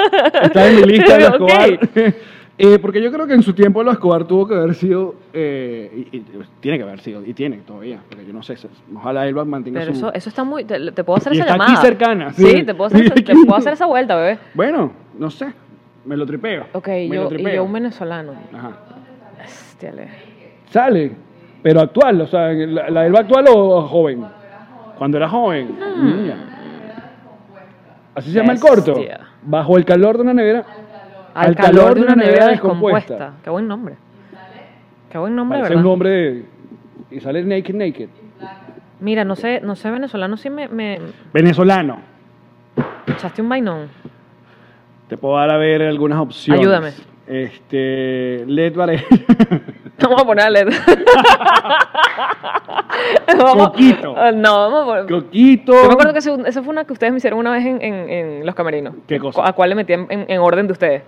está en mi lista de
Ok.
Escobar. Eh, porque yo creo que en su tiempo Elo Escobar tuvo que haber sido, eh, y- y- tiene que haber sido, y tiene todavía, porque yo no sé, ojalá él mantenga
Pero
su...
eso, eso está muy. Te, te puedo hacer
Y
esa
está aquí
llamada.
cercana, sí.
Sí, te, puedo hacer, te puedo hacer esa vuelta, bebé.
Bueno, no sé, me lo tripeo.
Ok,
me lo
yo, y
tripeo.
yo un venezolano.
Ajá.
Hostiale.
Sale, pero actual, o sea, la, la Elba actual o joven. Cuando era joven. Mira. Así se llama el corto.
Ah. Bestia.
Bajo el calor de una nevera.
Al, calor, de una nevera, descompuesta. Qué buen nombre. Qué buen nombre,
Parece
¿verdad?
un nombre de- y sale naked, naked.
Mira, no sé, no sé venezolano si me, me
Venezolano.
echaste un vainón.
Te puedo dar a ver algunas opciones.
Ayúdame.
Este, Led Varela.
Vamos a ponerle. vamos,
Coquito.
Ah, No, vamos a poner.
Coquito.
Yo me acuerdo que ese- esa fue una que ustedes me hicieron una vez en, en- en los camerinos.
¿Qué cosa?
¿A cuál le metían en, en orden de ustedes?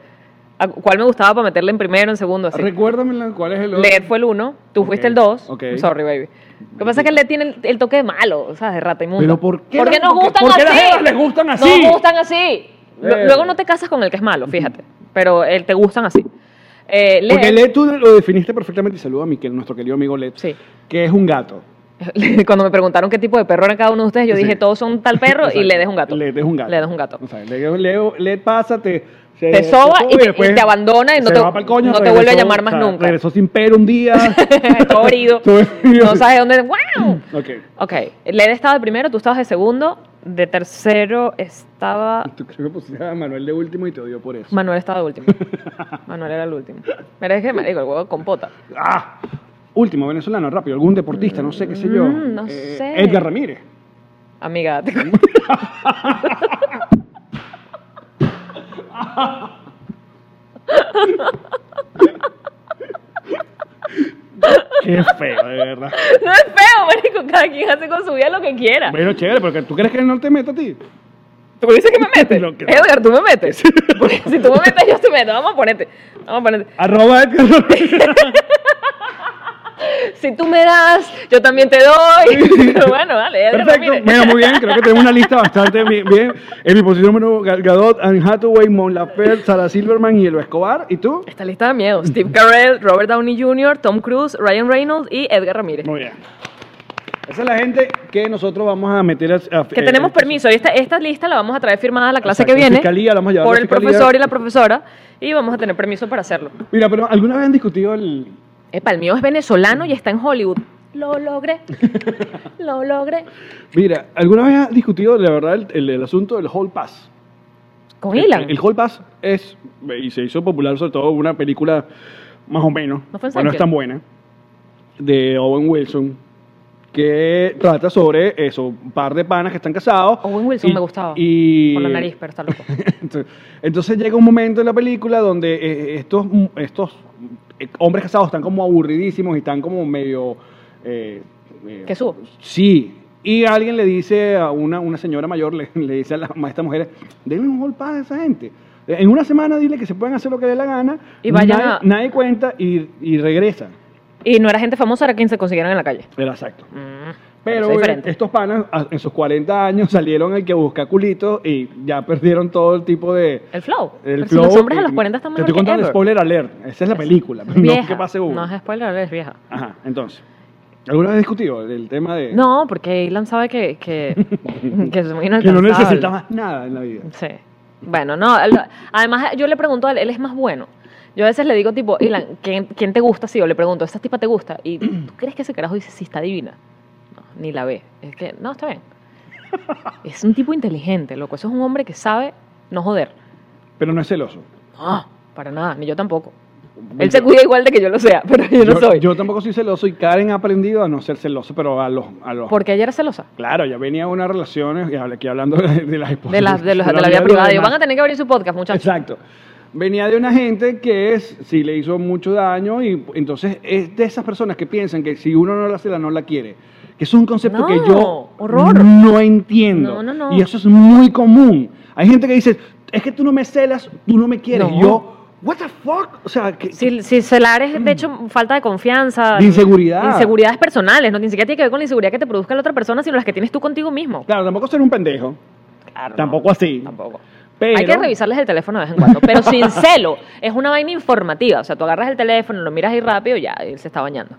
¿A cuál me gustaba para meterle en primero, en segundo, así?
Recuérdame la- cuál es el otro.
Led fue el uno, tú
Ok,
fuiste el dos.
ok.
I'm Sorry, baby. Lo que pasa es que Led tiene el, el toque de malo, o sea, de rata inmunda.
Pero ¿por qué
Porque
las-
nos
por qué-
gustan
por qué las
así.
jevas les gustan así?
Nos gustan así. Lo-
Eh.
Luego no te casas con el que es malo, fíjate. Pero él te gustan así. Eh, Led,
Porque Led tú lo definiste perfectamente y saludo a Miquel, nuestro querido amigo Led,
Sí.
que es un gato.
Cuando me preguntaron qué tipo de perro era cada uno de ustedes, yo
Sí.
dije, todos son tal perro y
Exacto.
le es un gato.
Le des un gato.
Le es un gato.
O sea, le, le, le pasa, te, se-
Te soba y te- y
después
te abandona y no
se
te-
va pa'l coño,
no te
regresó,
vuelve a llamar más nunca.
Regresó sin pelo un día.
Todo herido.
Todo herido.
No sabes dónde. ¡Wow!
ok.
Ok, Led estaba de primero, tú estabas de segundo, de tercero estaba.
Tú creo que pusiste a Manuel de último y te odió por eso.
Manuel estaba de último. Manuel era el último. Mira, es que marico, el huevo compota.
ah, último venezolano, rápido. Algún deportista, no sé qué sé yo. Eh,
Mm, no sé.
Edgar Ramírez.
Amiga, te cu-
Qué feo, de verdad.
no es feo, marico, cada quien hace con su vida lo que quiera.
Bueno, chévere, porque tú crees que él no te meta a ti.
Tú dices que me metes.
Lo que-
Edgar, tú me metes. Porque si tú me metes, yo te meto. Vamos a ponerte. Vamos a ponerte.
Arroba Edgar Ramírez.
Si tú me das, yo también te doy. bueno, dale, Edgar.
Perfecto,
mire.
bueno, muy bien, creo que tenemos una lista bastante bi- bien. En mi posición número Gal Gadot, Anne Hathaway, Mon Laferte, Sarah Silverman y Elo Escobar. ¿Y tú?
Esta lista de miedo. Steve Carell, Robert Downey Jr., Tom Cruise, Ryan Reynolds y Edgar Ramírez.
Muy bien. Esa es la gente que nosotros vamos a meter a... a-
Que
eh,
tenemos permiso. Esta, esta lista la vamos a traer firmada a la clase
Exacto,
que viene.
fiscalía, la vamos a llevar a
por
la
el
fiscalía.
profesor y la profesora. Y vamos a tener permiso para hacerlo.
Mira, pero ¿alguna vez han discutido el...?
Epa, el mío es venezolano y está en Hollywood. Lo logré. Lo logré.
Mira, ¿alguna vez has discutido, la verdad, el, el- el asunto del Hall Pass?
Con Ilan.
El, el Hall Pass es, y se hizo popular sobre todo una película más o menos,
¿No fue en
pero no es
Seinfeld?
tan buena, de Owen Wilson, que trata sobre eso, un par de panas que están casados.
Owen Wilson
y-
me gustaba.
Y,
Por la nariz, pero está loco.
Entonces, entonces llega un momento en la película donde eh, estos, estos eh, hombres casados están como aburridísimos y están como medio... eh, eh,
Que subo.
Sí. Y alguien le dice a una, una señora mayor, le, le dice a, la, a esta mujer, denle un golpe a esa gente. En una semana dile que se pueden hacer lo que dé la gana.
Y vayan
nadie,
a-
nadie cuenta y, y regresan.
Y no era gente famosa, era quien se consiguieran en la calle.
Era exacto.
Mm,
Pero
eso es
eh,
diferente.
estos panas a- en sus 40 años salieron el que busca culitos y ya perdieron todo el tipo de...
El flow.
El
Pero si
flow,
los hombres a
y-
los 40 están
Te
mejor
estoy
que
contando
ever.
spoiler alert. Esa es la película. pero
Vieja.
No, ¿qué pasa
No es spoiler, es vieja.
Ajá, entonces. ¿Alguna vez has discutido el tema de
No, porque Ilan sabe que, que, que es muy
que no
inalcanzable.
necesitabas nada en la vida?
Sí. Bueno, no. él- además, yo le pregunto a él, él es más bueno. Yo a veces le digo, tipo, Ilan, ¿quién, quién te gusta? Sí, yo le pregunto, ¿esta tipa te gusta? Y tú crees que ese carajo dice, sí, está divina. No, ni la ve. Es que, no, está bien. Es un tipo inteligente, loco. Eso es un hombre que sabe no joder.
Pero no es celoso.
No, para nada, Ah. ni yo tampoco. Él se cuida igual de que yo lo sea, pero
Yo,
yo no soy.
yo tampoco soy celoso y Karen ha aprendido a no ser celoso, pero a los... A los
Porque ella era celosa.
Claro, ya venía una relación, y habla- aquí hablando de, de las esposas.
De, las, de, los- de la vida privada. Yo, van a tener que abrir su podcast, muchachos.
Exacto. Venía de una gente que es, sí le hizo mucho daño y entonces es de esas personas que piensan que si uno no la cela, no la quiere. Que eso es un concepto
No,
que yo
horror.
no entiendo.
No, no, no.
Y eso es muy común. Hay gente que dice, es que tú no me celas, tú no me quieres.
No.
Y yo, what the fuck? O sea, que,
Si, si celar es, de hecho, falta de confianza.
De inseguridad.
Inseguridades personales, no ni siquiera tiene que ver con la inseguridad que te produzca la otra persona, sino las que tienes tú contigo mismo.
claro, tampoco ser un pendejo.
Claro, no,
Tampoco así.
Tampoco.
Pero,
Hay que revisarles el teléfono de vez en cuando, pero sin celo. Es una vaina informativa. O sea, tú agarras el teléfono, lo miras ahí rápido y ya, él se está bañando.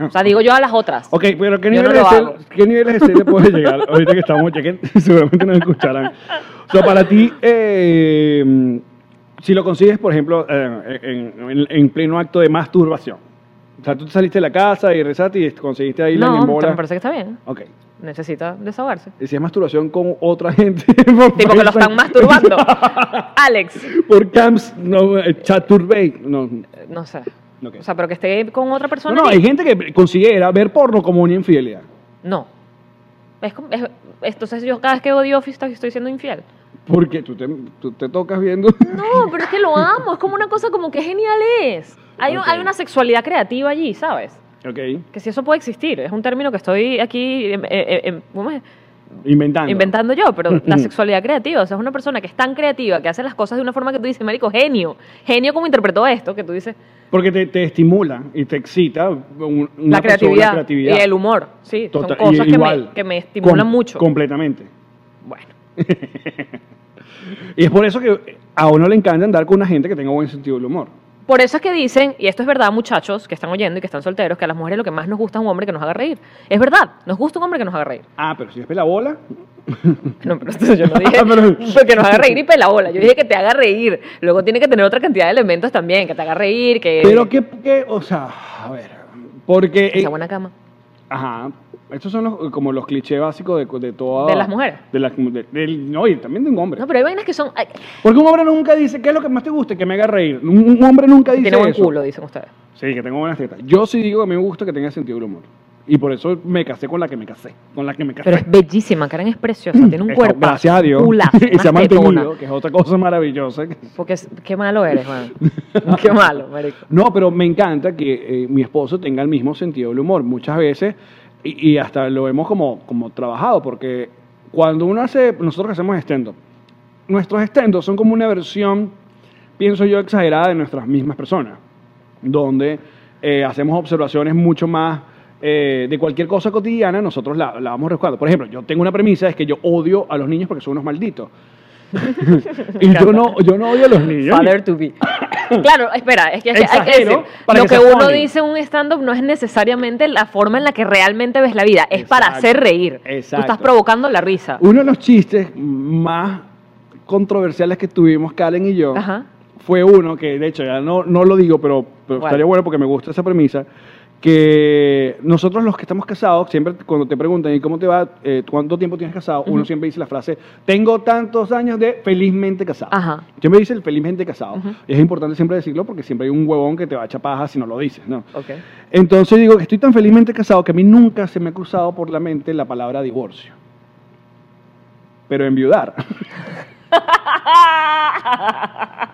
O sea, digo yo a las otras.
Ok, pero ¿qué
Yo
niveles,
no lo
de cel-
hago.
¿qué niveles de cel le puede llegar? Ahorita que estamos, ya que seguramente nos escucharán. O sea, para ti, eh, si lo consigues, por ejemplo, eh, en, en- en pleno acto de masturbación. O sea, tú te saliste de la casa y rezaste y conseguiste ahí la
no,
bola.
me parece que está bien.
Ok.
Necesita desahogarse.
Y si es masturbación con otra gente.
Tipo que lo están masturbando. Alex,
Por camps, no, eh, chaturbate. No,
no sé.
Ok.
O sea, pero que esté con otra
no,
persona.
no,
y-
hay gente que considera ver porno como una infidelidad.
No. Es, como- es- entonces yo cada vez que veo The Office estoy siendo infiel.
Porque tú te, tú te tocas viendo.
No, pero es que lo amo. Es como una cosa como que genial es. Hay, un-
Ok.
hay una sexualidad creativa allí, ¿sabes?
Ok.
Que si eso puede existir. Es un término que estoy aquí em, eh, eh, em, ¿cómo es?
Inventando.
inventando yo, pero la sexualidad creativa. O sea, es una persona que es tan creativa, que hace las cosas de una forma que tú dices, marico, genio. Genio como interpretó esto, que tú dices,
Porque te, te estimula y te excita un- una persona,
la creatividad,
creatividad.
y el humor. Sí,
Total-
son cosas
y-
que
igual,
me, que me estimulan
com-
mucho.
Completamente.
Bueno,
Y es por eso que a uno le encanta andar con una gente que tenga buen sentido del humor.
por eso es que dicen, y esto es verdad, muchachos que están oyendo y que están solteros, que a las mujeres lo que más nos gusta es un hombre que nos haga reír. Es verdad, nos gusta un hombre que nos haga reír.
Ah, pero si es la bola,
No, pero esto yo no dije
Ah, Pero-
que nos haga reír y pela bola. Yo dije que te haga reír. Luego tiene que tener otra cantidad de elementos también, que te haga reír, que
pero que, que, o sea, a ver, porque...
que Eh. sea
eh,
buena cama.
Ajá. Estos son los, como los clichés básicos de, de toda...
De las mujeres.
De las, de- del- no, y también de un hombre.
No, pero hay vainas que son... ay,
Porque un hombre nunca dice, ¿qué es lo que más te gusta? Que me haga reír. Un, un hombre nunca dice
tiene buen
eso.
culo, dicen ustedes.
Sí, que tengo buenas tetas. Yo sí digo que a mí me gusta que tenga sentido del humor. Y por eso me casé con la que me casé. Con la que me casé.
Pero es bellísima, Karen es preciosa, tiene un
Eso,
cuerpo.
Gracias a Dios. y se ha mantenido, que es otra cosa maravillosa. que-
Porque es- qué malo eres, man. qué malo, marico.
No, pero me encanta que eh, mi esposo tenga el mismo sentido del humor. Muchas veces, y, y hasta lo hemos como, como trabajado, porque cuando uno hace, nosotros que hacemos stand-up, nuestros stand son como una versión, pienso yo, exagerada de nuestras mismas personas, donde eh, hacemos observaciones mucho más eh, de cualquier cosa cotidiana, nosotros la, la vamos resguardando. Por ejemplo, yo tengo una premisa, es que yo odio a los niños porque son unos malditos. y yo no, yo no odio a los niños. ni-
Father to be. Claro, espera, es que hay que- hay que
Exagero
decir,
para
lo
que
que,
sea
uno
funny.
dice en un stand-up no es necesariamente la forma en la que realmente ves la vida, es para
Exacto,
hacer reír. Tú
exacto.
estás provocando la risa.
Uno de los chistes más controversiales que tuvimos Karen y yo
Ajá.
fue uno que, de hecho, ya no, no lo digo, pero, pero
¿Cuál?
estaría bueno porque me gusta esa premisa, que nosotros los que estamos casados, siempre cuando te preguntan, ¿y cómo te va? Eh, ¿Cuánto tiempo tienes casado? Uno siempre dice la frase, tengo tantos años de felizmente casado.
Ajá.
Siempre dice el felizmente casado. Es importante siempre decirlo porque siempre hay un huevón que te va a echar paja si no lo dices, ¿no?
Ok.
Entonces digo que estoy tan felizmente casado que a mí nunca se me ha cruzado por la mente la palabra divorcio. Pero enviudar.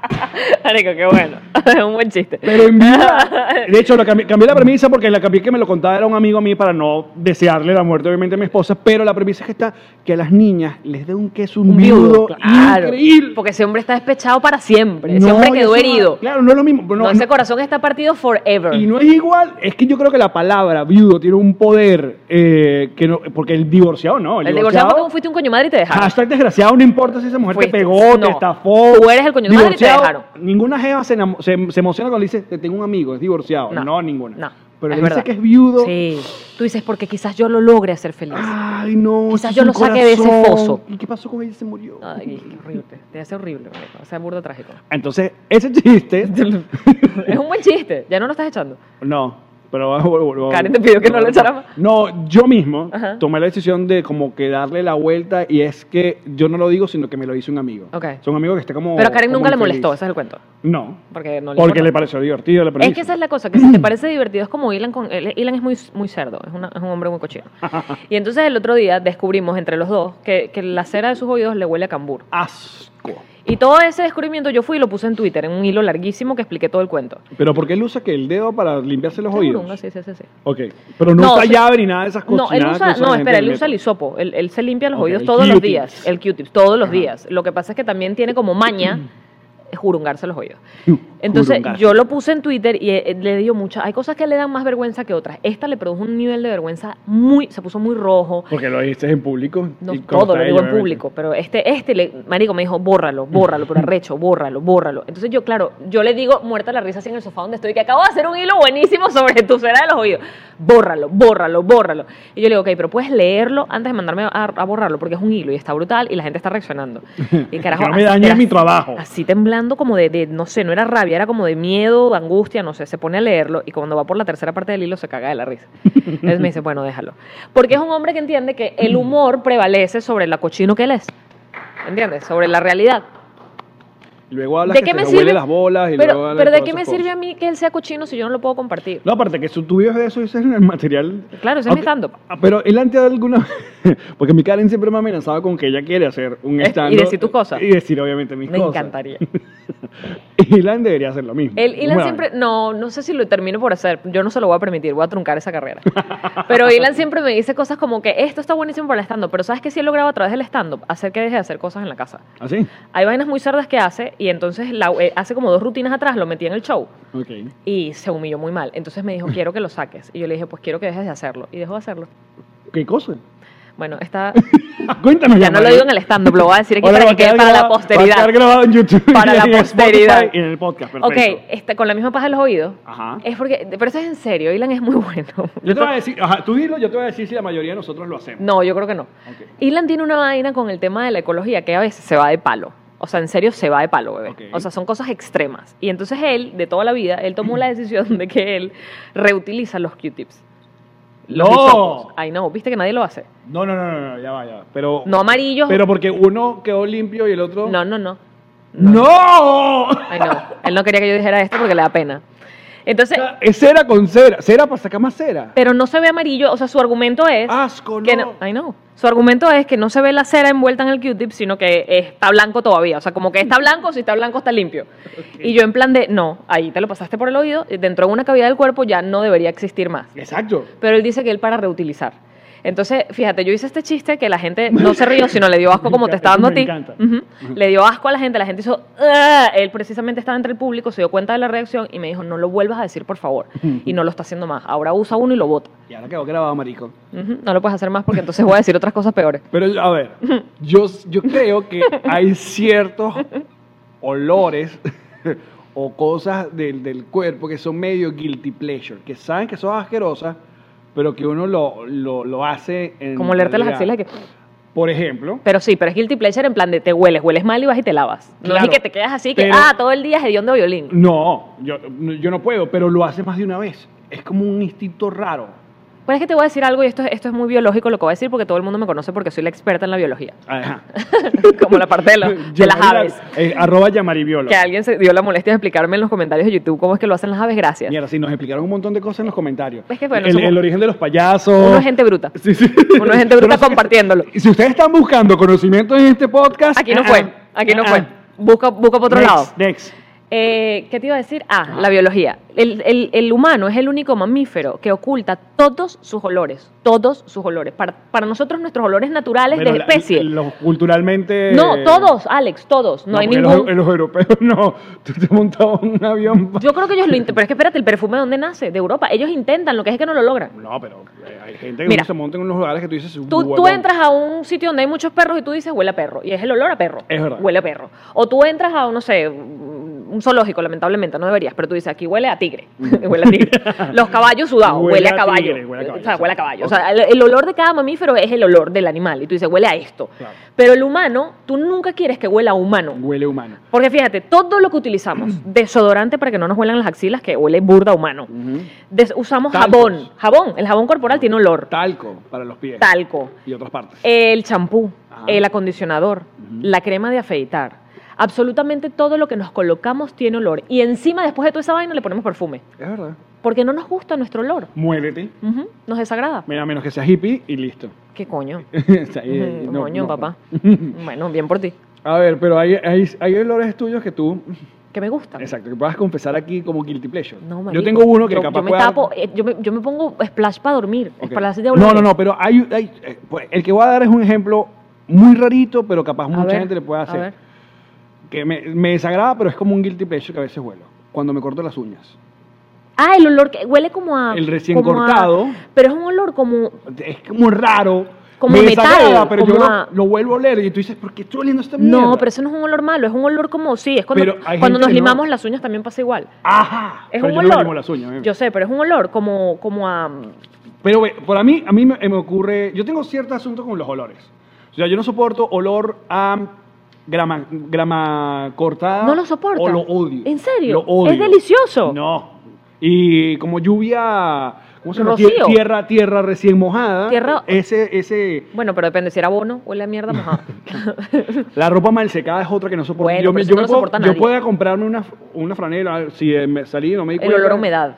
Marico, qué bueno. Es un buen chiste.
Pero enviudar. De hecho, lo cambié, cambié la premisa porque la cambié que me lo contaba era un amigo mío para no desearle la muerte, obviamente, a mi esposa. Pero la premisa es que está que a las niñas les dé un queso un viudo, increíble.
Porque ese hombre está despechado para siempre. Ese
No,
hombre
y
quedó
eso no-
herido.
claro, no es lo mismo. pero
No,
no-
ese
no-
corazón está partido forever.
Y no es igual, es que yo creo que la palabra viudo tiene un poder eh, que no, porque el divorciado no.
el divorciado porque fuiste un coño madre y te dejaron.
Hashtag desgraciado, no importa si esa mujer
Fuiste.
te pegó,
No.
te estafó.
Tú eres el coño de madre y te
Divorciado,
dejaron.
Ninguna jeva se, enamo- se, se emociona cuando le dice, te tengo un amigo, es divorciado.
No.
No, ninguna.
No,
Pero
es
le dice
verdad.
que es viudo. Ah.
Sí. Tú dices, porque quizás yo lo logre hacer feliz.
Ay, no. ese
Quizás
es
yo
un
lo saque de ese
corazón.
foso.
¿Y qué pasó con ella? Se murió.
Ay, qué horrible. Te hace horrible, marico. O sea, burdo trágico.
Entonces, ese chiste.
es un buen chiste. Ya no lo estás echando.
No, pero...
Karen te pidió que no lo echara más.
No, yo mismo
Ajá.
tomé la decisión de como que darle la vuelta y es que yo no lo digo, sino que me lo hizo un amigo.
Ok.
Es un amigo que está como...
Pero a Karen
como
nunca le
infeliz.
molestó, ese es el cuento.
No,
Porque no le
porque
importa.
le pareció divertido la
Es
premisa.
que esa es la cosa, que si te parece divertido es como Ilan con él. Ilan es muy, muy cerdo, es, una- es un hombre muy cochino. Y entonces el otro día descubrimos entre los dos que, que la cera de sus oídos le huele a cambur.
Asco.
Y todo ese descubrimiento yo fui y lo puse en Twitter, en un hilo larguísimo que expliqué todo el cuento.
Pero ¿por qué él usa que el dedo para limpiarse los
Seguro,
oídos?
sí, sí, sí, sí.
Ok, pero no,
No,
usa
sí.
llave ni nada de esas cosas.
No, él usa, no, espera, él usa el hisopo. Él, él se limpia los
Ok,
oídos
el
todos los
Q-tips.
días. El Q-tips, todos los días. Lo que pasa es que también tiene como maña jurungarse los oídos. Entonces, yo lo puse en Twitter y eh, le dio mucha. Hay cosas que le dan más vergüenza que otras. Esta le produjo un nivel de vergüenza muy. Se puso muy rojo.
Porque lo dices en público.
No
y
todo,
consta
lo
ello,
digo en
obviamente.
público, pero este, este le, marico me dijo, bórralo, bórralo, pero arrecho, bórralo, bórralo. Entonces yo, claro, yo le digo, muerta la risa así en el sofá donde estoy, que acabo de hacer un hilo buenísimo sobre tu cera de los oídos. Bórralo, bórralo, bórralo. Y yo le digo, ok, pero puedes leerlo antes de mandarme a, a borrarlo, porque es un hilo y está brutal y la gente está reaccionando. Y el carajo,
Que no me
así-
dañe
era
mi
así-
trabajo.
Así temblando como de, de, no sé, no era rabia, era como de miedo, de angustia, no sé, se pone a leerlo y cuando va por la tercera parte del hilo se caga de la risa. Entonces me dice, bueno, déjalo. Porque es un hombre que entiende que el humor prevalece sobre la cochino que él es. ¿Entiendes? Sobre la realidad.
Y Luego hablas que se te huele las bolas y luego
pero
hablas
pero ¿de
todas
qué
esas
me
cosas.
sirve a mí que él sea cochino si yo no lo puedo compartir?
No, aparte que si tú vives de eso, ese es el material.
Claro, ese es mi
Aunque-
stand-up.
Ah, Pero él antes de alguna porque mi Karen siempre me ha amenazado con que ella quiere hacer un
Es- y
stand-up.
decir tus cosas.
Y decir obviamente mis
Me
cosas.
encantaría.
Y Ilan debería hacer lo mismo.
Él, Ilan
Bueno,
siempre, no, no sé si lo termino por hacer, yo no se lo voy a permitir, voy a truncar esa carrera. Pero Ilan siempre me dice cosas como que esto está buenísimo para el stand-up, pero ¿sabes que si él lograba a través del stand-up hacer que deje de hacer cosas en la casa?
¿Así?
Hay vainas muy cerdas que hace y entonces la- eh, hace como dos rutinas atrás lo metí en el show
Ok.
y se humilló muy mal. Entonces me dijo, quiero que lo saques. Y yo le dije, pues quiero que dejes de hacerlo. Y dejó de hacerlo.
¿Qué cosa?
Bueno, está...
Cuéntanos.
Ya no lo digo en el stand-up, lo voy a decir aquí para que quede para la
Va a
posteridad.
quedar grabado en YouTube.
Para
y
la
en Spotify
posteridad.
Y en el podcast, perfecto.
Ok, está con la misma paja en los oídos.
Ajá.
Es porque, pero eso es en serio, Ilan es muy bueno.
Yo te voy a decir, ajá, tú dilo, yo te voy a decir si la mayoría de nosotros lo hacemos.
No, yo creo que no.
Ok.
Ilan tiene una vaina con el tema de la ecología que a veces se va de palo. O sea, en serio se va de palo, bebé.
Ok.
O sea, son cosas extremas. Y entonces él, de toda la vida, él tomó la decisión de que él reutiliza los Q-tips. Los hisopos.
No.
Ay, no, viste que nadie lo hace.
No, no, no, no, no, ya va, ya va. Pero,
No amarillos.
pero porque uno quedó limpio y el otro...
no, no, no.
¡No!
Ay, no. Él no quería que yo dijera esto porque le da pena. Entonces,
Es cera con cera. Cera para sacar más cera.
pero no se ve amarillo. O sea, su argumento es.
Asco,
que
no.
Ay, no. Su argumento es que no se ve la cera envuelta en el Q-tip, sino que está blanco todavía. O sea, como que está blanco, si está blanco está limpio. Y yo en plan de, no, ahí te lo pasaste por el oído, dentro de una cavidad del cuerpo ya no debería existir más.
Exacto.
Pero él dice que él para reutilizar. Entonces, fíjate, yo hice este chiste que la gente no se rió, sino le dio asco como te está dando a ti.
Me encanta.
Ujú. Le dio asco a la gente, la gente hizo, "Ah". él precisamente estaba entre el público, se dio cuenta de la reacción y me dijo, no lo vuelvas a decir, por favor. Y no lo está haciendo más. Ahora usa uno y lo bota.
Y ahora quedó grabado, marico.
Ujú, No lo puedes hacer más porque entonces voy a decir otras cosas peores.
Pero, a ver, yo, yo creo que hay ciertos olores o cosas del, del cuerpo que son medio guilty pleasure, que saben que son asquerosas, pero que uno lo, lo, lo hace en
Como leerte las
realidad.
axilas que
por ejemplo.
Pero sí, pero es guilty pleasure en plan de te hueles, hueles mal y vas y te lavas. No es
Claro.
que te quedas así que,
Pero-
ah, todo el día es hediondo a violín.
No, yo, yo no puedo, pero lo haces más de una vez. Es como un instinto raro.
Pero es que te voy a decir algo y esto, es- esto es muy biológico lo que voy a decir porque todo el mundo me conoce porque soy la experta en la biología.
Ajá.
Como la parte de, lo- de las
Yamari-
aves.
eh, arroba Yamaribiola.
Que alguien se dio la molestia de explicarme en los comentarios de YouTube cómo es que lo hacen las aves, gracias.
Mierda, sí, nos explicaron un montón de cosas en los comentarios.
Es que, bueno,
el,
somos-
el origen de los payasos.
Uno es gente bruta.
Sí, sí.
Uno es gente bruta
Pero si-
compartiéndolo.
Si ustedes están buscando conocimiento en este podcast.
Aquí no
ah,
fue, aquí no
ah,
fue. Busca, busca por otro
next,
lado.
Next.
Eh, ¿Qué te iba a decir? Ah, la biología. El, el- el humano es el único mamífero que oculta todos sus olores, todos sus olores. Para, para nosotros nuestros olores naturales
Pero
de
la-
especie.
los culturalmente.
no, todos, Alex, todos. No, hay
porque
ningún...
Los, los europeos no. Tú te montabas un avión. pa-
Yo creo que ellos lo intentan, pero es que espérate, el perfume de dónde nace, de Europa. Ellos intentan, lo que es que no lo logran.
No, pero eh, hay gente que
Mira.
uno se monta en unos lugares que tú dices.
Tú, tú
"Guau".
entras a un sitio donde hay muchos perros y tú dices huele a perro. Y es el olor a perro.
Es verdad.
Huele a perro. O tú entras a, no sé, un zoológico, lamentablemente, no deberías, pero tú dices aquí huele a tigre. huele a tigre. Los caballos sudados, huele,
Huele
a
a
caballo.
tigre, huele a caballo,
O sea, huele a caballo. O
exacto.
sea, el, el olor de cada mamífero es el olor del animal. Y tú dices huele a esto.
Claro.
Pero el humano, tú nunca quieres que huela a humano.
Huele humano.
Porque fíjate, todo lo que utilizamos, desodorante para que no nos huelan las axilas, que huele burda a humano. Des- usamos
Talcos.
jabón. Jabón. El jabón corporal tiene olor.
Talco para los pies.
Talco.
Y otras partes.
El champú,
Ajá.
el acondicionador,
Ujú.
la crema de afeitar. Absolutamente todo lo que nos colocamos tiene olor. Y encima, después de toda esa vaina, le ponemos perfume.
Es verdad.
Porque no nos gusta nuestro olor.
Muérete.
Ujú, Nos desagrada.
Mira, a menos que seas hippie y listo.
¿Qué coño?
O sea, y- y
Ujú,
no-
coño,
no.
papá. bueno, bien por ti.
A ver, pero hay, hay, hay olores tuyos que tú,
Que me gusta.
exacto, que puedas confesar aquí como guilty pleasure.
No, marico.
yo tengo uno que
yo,
capaz
yo me
pueda-
tapo, eh, yo, me, yo me pongo splash para dormir.
Ok.
Para las de
No, no, no, pero hay, hay- eh, pues, el que voy a dar es un ejemplo muy rarito, pero capaz mucha gente le puede
A ver.
hacer. Que me, me desagrada, pero es como un guilty pleasure que a veces huelo. Cuando me corto las uñas.
Ah, el olor que huele como a.
El recién
como a-
cortado.
pero es un olor como.
Es como raro.
Como
me
metal,
desagrada, pero
como
yo
a-
lo, lo vuelvo a oler y tú dices, ¿por qué estoy oliendo esta mierda?
No, pero eso no es un olor malo, es un olor como. Sí, es cuando,
Pero hay
cuando
gente
nos
que no.
limamos las uñas también pasa igual.
Ajá.
Es
pero
un
yo no
olor.
me limo las uñas. eh.
Yo sé, pero es un olor como, como a.
Pero ve, por a mí, a mí me, me ocurre, yo tengo cierto asunto con los olores. O sea, yo no soporto olor a grama, grama cortada.
No lo soporta.
O lo odio.
¿En serio?
Lo odio.
Es delicioso.
No. Y como lluvia, ¿cómo se llama?
Rocío.
Tie- Tierra, tierra recién mojada.
Tierra-
Ese, ese,
Bueno, pero depende si era bono o la mierda mojada.
la ropa mal secada es otra que no soporto.
Bueno,
yo
pero eso no lo
puedo-
soporta
yo
nadie.
puedo comprarme una, una franela, si eh, me salí no me di
el
cuenta.
olor a humedad.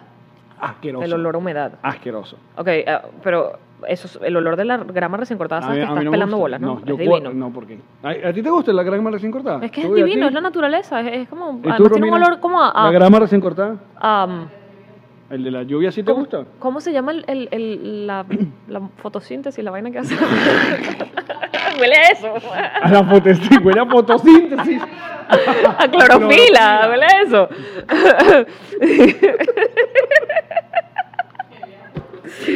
Asqueroso.
El olor a humedad.
Asqueroso.
Ok, ah, pero eso es- el olor de la grama recién cortada, sabes que
mí
estás
no me
pelando
gusta.
bolas, ¿no?
yo
es
cua-
divino.
No, ¿por qué? ¿A, a ti te gusta la grama recién cortada?
Es que es
Tú, ¿y a
divino,
ti?
es ah. la naturaleza, es, es como.
¿Y tú,
Además tiene un
Romina?
olor como a.
¿La
a-
grama recién cortada?
a- um,
¿El de la lluvia sí te
¿Cómo,
gusta?
cómo se llama el, el- el- la, la fotosíntesis, la vaina que hace? Huele a eso.
A la fotosíntesis, huele a fotosíntesis.
A clorofila, huele a eso.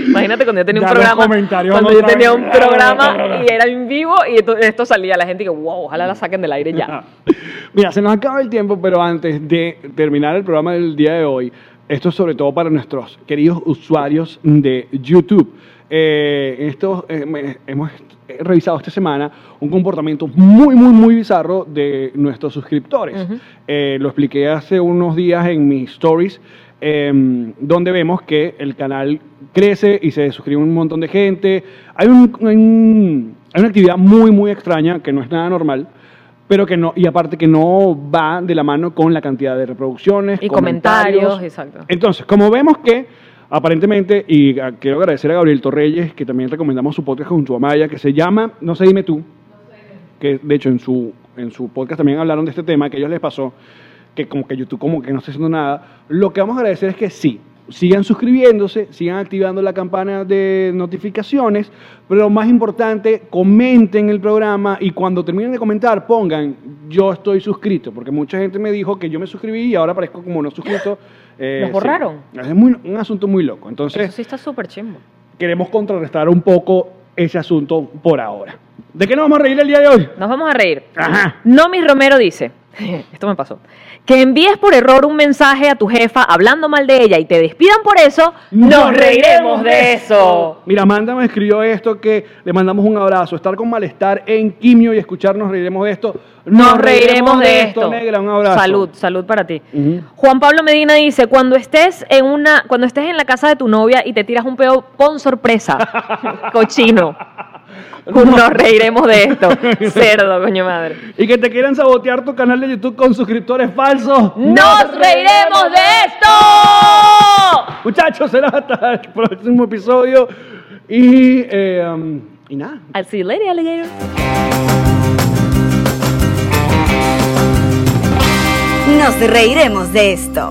Imagínate cuando yo tenía un
Ya los
programa.
comentarios
Cuando
otra
yo tenía
vez.
un
Ah, no, no,
programa
no.
y era en vivo y esto, esto salía la gente que, wow, ojalá la saquen del aire ya.
Mira, se nos acaba el tiempo, pero antes de terminar el programa del día de hoy, esto es sobre todo para nuestros queridos usuarios de YouTube. Eh, esto, eh, me- hemos eh, revisado esta semana un comportamiento muy, muy, muy bizarro de nuestros suscriptores. Eh, lo expliqué hace unos días en mis stories, eh, donde vemos que el canal crece y se suscribe un montón de gente. Hay, un- hay un- hay una actividad muy, muy extraña que no es nada normal pero que no, y aparte que no va de la mano con la cantidad de reproducciones
Y comentarios, exacto.
Entonces, como vemos que aparentemente, y ah, quiero agradecer a Gabriel Torreyes, que también recomendamos su podcast junto a Maya, que se llama No sé, dime tú, que de hecho en su, en su podcast también hablaron de este tema, que a ellos les pasó, que como que YouTube como que no está haciendo nada, lo que vamos a agradecer es que sí, sigan suscribiéndose, sigan activando la campana de notificaciones, pero lo más importante, comenten el programa y cuando terminen de comentar pongan yo estoy suscrito, porque mucha gente me dijo que yo me suscribí y ahora parezco como no suscrito. Eh,
¿Los
sí.
borraron?
Es muy- un asunto muy loco. Entonces,
Eso sí está súper chimbo.
queremos contrarrestar un poco ese asunto por ahora. ¿De qué nos vamos a reír el día de hoy?
Nos vamos a reír.
Ajá.
Nomis Romero dice, esto me pasó, que envíes por error un mensaje a tu jefa hablando mal de ella y te despidan por eso, nos reiremos de eso.
Mira, Amanda me escribió esto que le mandamos un abrazo. Estar con malestar en quimio y escucharnos reiremos de esto.
Nos reiremos de esto.
Negra, un abrazo.
Salud, salud para ti.
Ujú.
Juan Pablo Medina dice, cuando estés en una, cuando estés en la casa de tu novia y te tiras un peo con sorpresa, cochino. Nos reiremos de esto. Cerdo, coño madre.
Y que te quieran sabotear tu canal de YouTube con suscriptores falsos.
¡Nos reiremos de esto!
Muchachos, será hasta el próximo episodio. Y, eh, um, y nada.
I'll see you later, alligator.
Nos reiremos de esto.